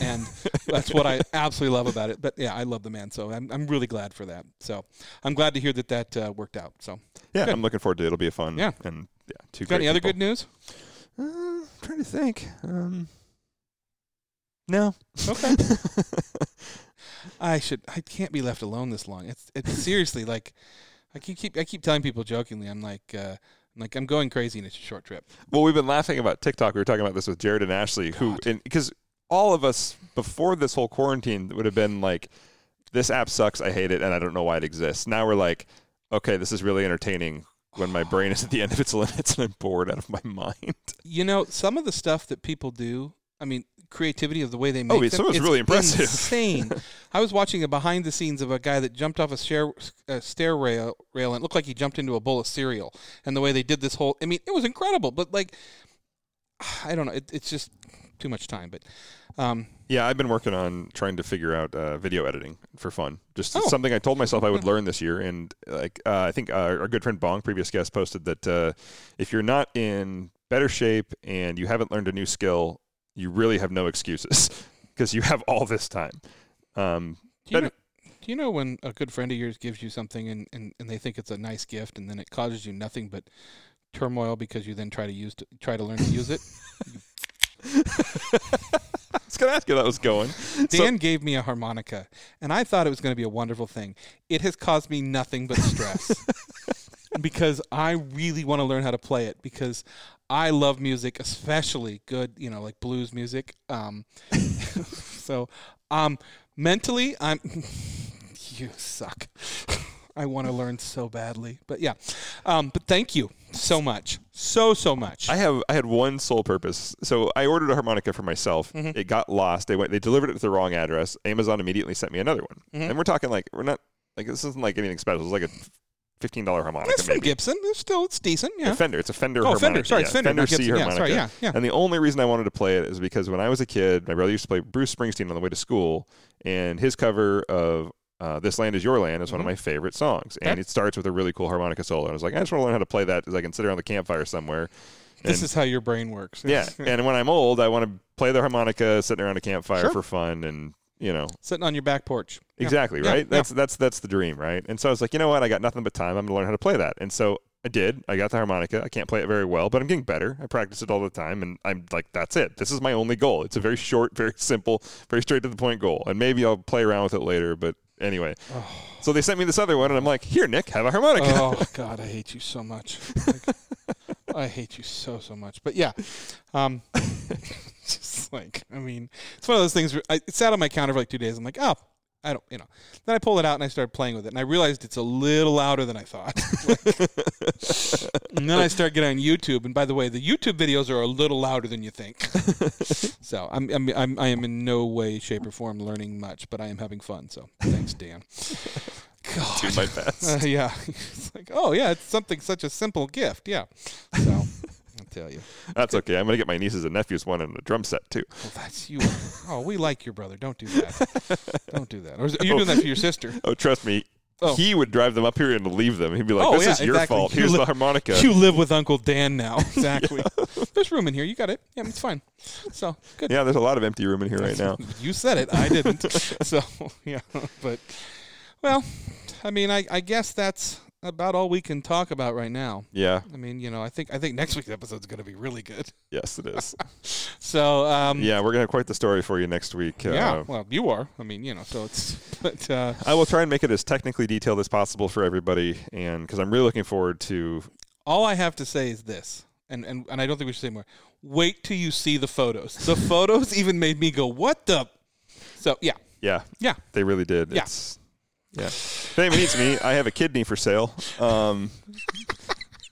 [SPEAKER 2] and that's what I absolutely love about it. But yeah, I love the man, so I'm, I'm really glad for that. So I'm glad to hear that that uh, worked out. So,
[SPEAKER 1] yeah,
[SPEAKER 2] Good.
[SPEAKER 1] I'm looking forward to it. It'll be a fun.
[SPEAKER 2] Yeah.
[SPEAKER 1] and yeah, two.
[SPEAKER 2] got
[SPEAKER 1] great
[SPEAKER 2] any other
[SPEAKER 1] people.
[SPEAKER 2] good news?
[SPEAKER 1] Uh, I'm trying to think. Um, no.
[SPEAKER 2] Okay. I should. I can't be left alone this long. It's it's seriously like, I keep keep I keep telling people jokingly. I'm like, uh, I'm like I'm going crazy and it's a short trip.
[SPEAKER 1] Well, we've been laughing about TikTok. We were talking about this with Jared and Ashley, who because all of us before this whole quarantine would have been like, "This app sucks. I hate it, and I don't know why it exists." Now we're like, "Okay, this is really entertaining." When my brain is at the end of its limits and I'm bored out of my mind.
[SPEAKER 2] You know, some of the stuff that people do. I mean, creativity of the way they make
[SPEAKER 1] Oh,
[SPEAKER 2] them.
[SPEAKER 1] some of it's really impressive.
[SPEAKER 2] Insane. I was watching a behind the scenes of a guy that jumped off a stair, a stair rail, rail, and it looked like he jumped into a bowl of cereal. And the way they did this whole, I mean, it was incredible. But like, I don't know. It, it's just too much time. But um,
[SPEAKER 1] Yeah, I've been working on trying to figure out uh, video editing for fun. Just it's
[SPEAKER 2] Oh.
[SPEAKER 1] something I told myself I would learn this year, and like uh, I think uh, our good friend Bong, previous guest, posted that uh, if you're not in better shape and you haven't learned a new skill, you really have no excuses because you have all this time. Um,
[SPEAKER 2] do you,
[SPEAKER 1] But-
[SPEAKER 2] know, do you know when a good friend of yours gives you something and, and, and they think it's a nice gift and then it causes you nothing but turmoil because you then try to use to, try to learn to use it?
[SPEAKER 1] I was gonna ask you how that was going. So-
[SPEAKER 2] Dan gave me a harmonica, and I thought it was going to be a wonderful thing. It has caused me nothing but stress because I really want to learn how to play it because I love music, especially good, you know, like blues music. Um, so, um, mentally, I'm. you suck. I want to learn so badly, but yeah. Um, but thank you so much, so so much.
[SPEAKER 1] I have I had one sole purpose. So I ordered a harmonica for myself.
[SPEAKER 2] Mm-hmm.
[SPEAKER 1] It got lost. They went they delivered it to the wrong address. Amazon immediately sent me another one.
[SPEAKER 2] Mm-hmm.
[SPEAKER 1] And we're talking like we're not like this isn't like anything special. It's like a fifteen dollar harmonica
[SPEAKER 2] That's from
[SPEAKER 1] maybe.
[SPEAKER 2] Gibson. It's still it's decent.
[SPEAKER 1] A
[SPEAKER 2] Yeah.
[SPEAKER 1] Fender. It's a Fender
[SPEAKER 2] Oh,
[SPEAKER 1] harmonica.
[SPEAKER 2] Fender. Sorry,
[SPEAKER 1] yeah.
[SPEAKER 2] it's Fender, not
[SPEAKER 1] C
[SPEAKER 2] Gibson. Yeah,
[SPEAKER 1] harmonica.
[SPEAKER 2] sorry, yeah, yeah.
[SPEAKER 1] And the only reason I wanted to play it is because when I was a kid, my brother used to play Bruce Springsteen on the way to school, and his cover of uh, "This Land Is Your Land" is one of my favorite songs, and
[SPEAKER 2] Mm-hmm. Okay.
[SPEAKER 1] it starts with a really cool harmonica solo. And I was like, I just want to learn how to play that because I can sit around the campfire somewhere.
[SPEAKER 2] This
[SPEAKER 1] and-
[SPEAKER 2] is how your brain works.
[SPEAKER 1] yeah, and when I'm old, I want to play the harmonica, sitting around a campfire
[SPEAKER 2] Sure.
[SPEAKER 1] for fun, and you know
[SPEAKER 2] sitting on your back porch. Yeah.
[SPEAKER 1] exactly
[SPEAKER 2] Yeah,
[SPEAKER 1] right.
[SPEAKER 2] yeah.
[SPEAKER 1] That's that's that's the dream, right? And so I was like, you know what? I got nothing but time. I'm gonna learn how to play that. And so I did. I got the harmonica. I can't play it very well, but I'm getting better. I practice it all the time, and I'm like, that's it. This is my only goal. It's a very short, very simple, very straight to the point goal. And maybe I'll play around with it later, but anyway. So they sent me this other one, and I'm like, here, Nick, have a harmonica.
[SPEAKER 2] Oh God, I hate you so much. Like, I hate you so so much. But yeah, um, just like I mean, it's one of those things. Where I, it sat on my counter for like two days. I'm like, oh, I don't, you know. Then I pulled it out and I started playing with it, and I realized it's a little louder than I thought. and then I started getting on YouTube, and by the way, the YouTube videos are a little louder than you think. so I'm, I'm, I'm I am in no way, shape, or form learning much, but I am having fun. So thanks, Dan. God.
[SPEAKER 1] Do my best.
[SPEAKER 2] Uh, yeah. it's like, oh, yeah, it's something such a simple gift. Yeah. So I'll tell you.
[SPEAKER 1] That's okay. I'm gonna get my nieces and nephews one and a drum set too.
[SPEAKER 2] Well, that's you. Oh, we like your brother. Don't do that. Don't do that. Or is, are you doing that for your sister?
[SPEAKER 1] Oh, trust me.
[SPEAKER 2] Oh.
[SPEAKER 1] He would drive them up here and leave them. He'd be like,
[SPEAKER 2] oh,
[SPEAKER 1] "This
[SPEAKER 2] yeah,
[SPEAKER 1] is your
[SPEAKER 2] exactly.
[SPEAKER 1] fault.
[SPEAKER 2] You
[SPEAKER 1] Here's the
[SPEAKER 2] li-
[SPEAKER 1] harmonica."
[SPEAKER 2] You live with Uncle Dan now. Exactly. There's room in here. You got it. Yeah, it's fine. So good.
[SPEAKER 1] Yeah, there's a lot of empty room in here right now.
[SPEAKER 2] You said it. I didn't. so yeah, but well, I mean, I, I guess that's about all we can talk about right now.
[SPEAKER 1] Yeah,
[SPEAKER 2] I mean, you know, I think I think next week's episode's going to be really good.
[SPEAKER 1] yes, it is.
[SPEAKER 2] So um,
[SPEAKER 1] Yeah, we're gonna have quite the story for you next week.
[SPEAKER 2] Yeah,
[SPEAKER 1] Uh,
[SPEAKER 2] well, you are. I mean, you know, so it's but uh,
[SPEAKER 1] I will try and make it as technically detailed as possible for everybody, and because I'm really looking forward to.
[SPEAKER 2] all I have to say is this, and, and and I don't think we should say more. Wait till you see the photos. The photos even made me go, "What the?" So yeah,
[SPEAKER 1] Yeah,
[SPEAKER 2] yeah.
[SPEAKER 1] they really did.
[SPEAKER 2] Yeah.
[SPEAKER 1] It's, yeah. If anyone needs me, I have a kidney for sale. Um,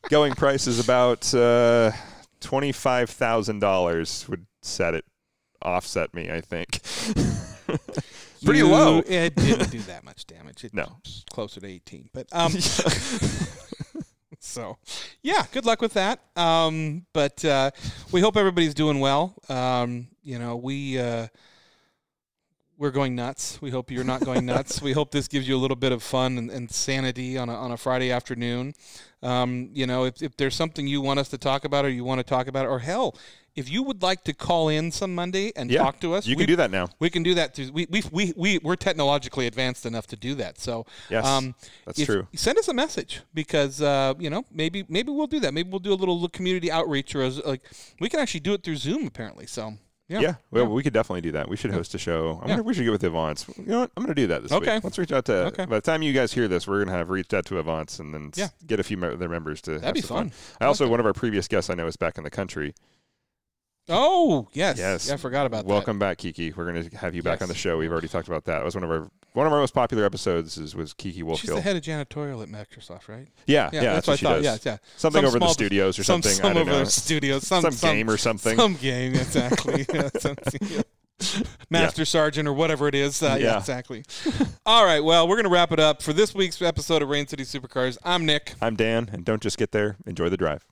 [SPEAKER 1] going price is about uh, twenty five thousand dollars. Would set it offset me, I think. Pretty
[SPEAKER 2] You-
[SPEAKER 1] low.
[SPEAKER 2] It didn't do that much damage. It
[SPEAKER 1] No.
[SPEAKER 2] was closer to eighteen, but um. So, yeah, good luck with that. Um, but uh, we hope everybody's doing well. Um, you know, we uh, we're going nuts. We hope you're not going nuts. we hope this gives you a little bit of fun and, and sanity on a, on a Friday afternoon. Um, you know, if, if there's something you want us to talk about, or you want to talk about, or hell, if you would like to call in some Monday and
[SPEAKER 1] Yeah,
[SPEAKER 2] talk to us,
[SPEAKER 1] You
[SPEAKER 2] we-
[SPEAKER 1] can do that now.
[SPEAKER 2] we can do that through we we we we we're technologically advanced enough to do that. So um,
[SPEAKER 1] Yes, that's
[SPEAKER 2] if-
[SPEAKER 1] true.
[SPEAKER 2] Send us a message because uh, you know maybe maybe we'll do that. Maybe we'll do a little community outreach or as, like we can actually do it through Zoom apparently. So yeah,
[SPEAKER 1] Yeah. Well, we could definitely do that. We should host a show. I wonder if we should get with Avance. You know what? I'm going to do that this
[SPEAKER 2] Okay.
[SPEAKER 1] week. Let's reach out to.
[SPEAKER 2] Okay.
[SPEAKER 1] By the time you guys hear this, we're going to have reached out to Avance and then s-
[SPEAKER 2] Yeah.
[SPEAKER 1] get a few of their members to. have
[SPEAKER 2] be
[SPEAKER 1] some fun.
[SPEAKER 2] fun.
[SPEAKER 1] I also one of our previous guests I know is back in the country.
[SPEAKER 2] Oh yes,
[SPEAKER 1] Yes.
[SPEAKER 2] Oh, Yeah, I forgot about
[SPEAKER 1] Welcome back, Kiki. We're going to have you back
[SPEAKER 2] Yes.
[SPEAKER 1] on the show. We've already talked about that. It was one of our one of our most popular episodes is was Kiki
[SPEAKER 2] She's the
[SPEAKER 1] Wolfkill.
[SPEAKER 2] head of janitorial at Microsoft, right?
[SPEAKER 1] Yeah, yeah, that's, what,
[SPEAKER 2] I
[SPEAKER 1] she
[SPEAKER 2] thought.
[SPEAKER 1] does.
[SPEAKER 2] Yeah, yeah.
[SPEAKER 1] Something
[SPEAKER 2] Some
[SPEAKER 1] over the
[SPEAKER 2] small-
[SPEAKER 1] studios or
[SPEAKER 2] some,
[SPEAKER 1] something.
[SPEAKER 2] Some
[SPEAKER 1] I don't
[SPEAKER 2] over
[SPEAKER 1] know.
[SPEAKER 2] the studios. Some,
[SPEAKER 1] some, game or something.
[SPEAKER 2] Some game, exactly. Yeah, something- Master Sergeant or whatever it is. Uh, yeah.
[SPEAKER 1] Yeah.
[SPEAKER 2] exactly. All right, well, we're going to wrap it up for this week's episode of Rain City Supercars. I'm Nick.
[SPEAKER 1] I'm Dan, and don't just get there. Enjoy the drive.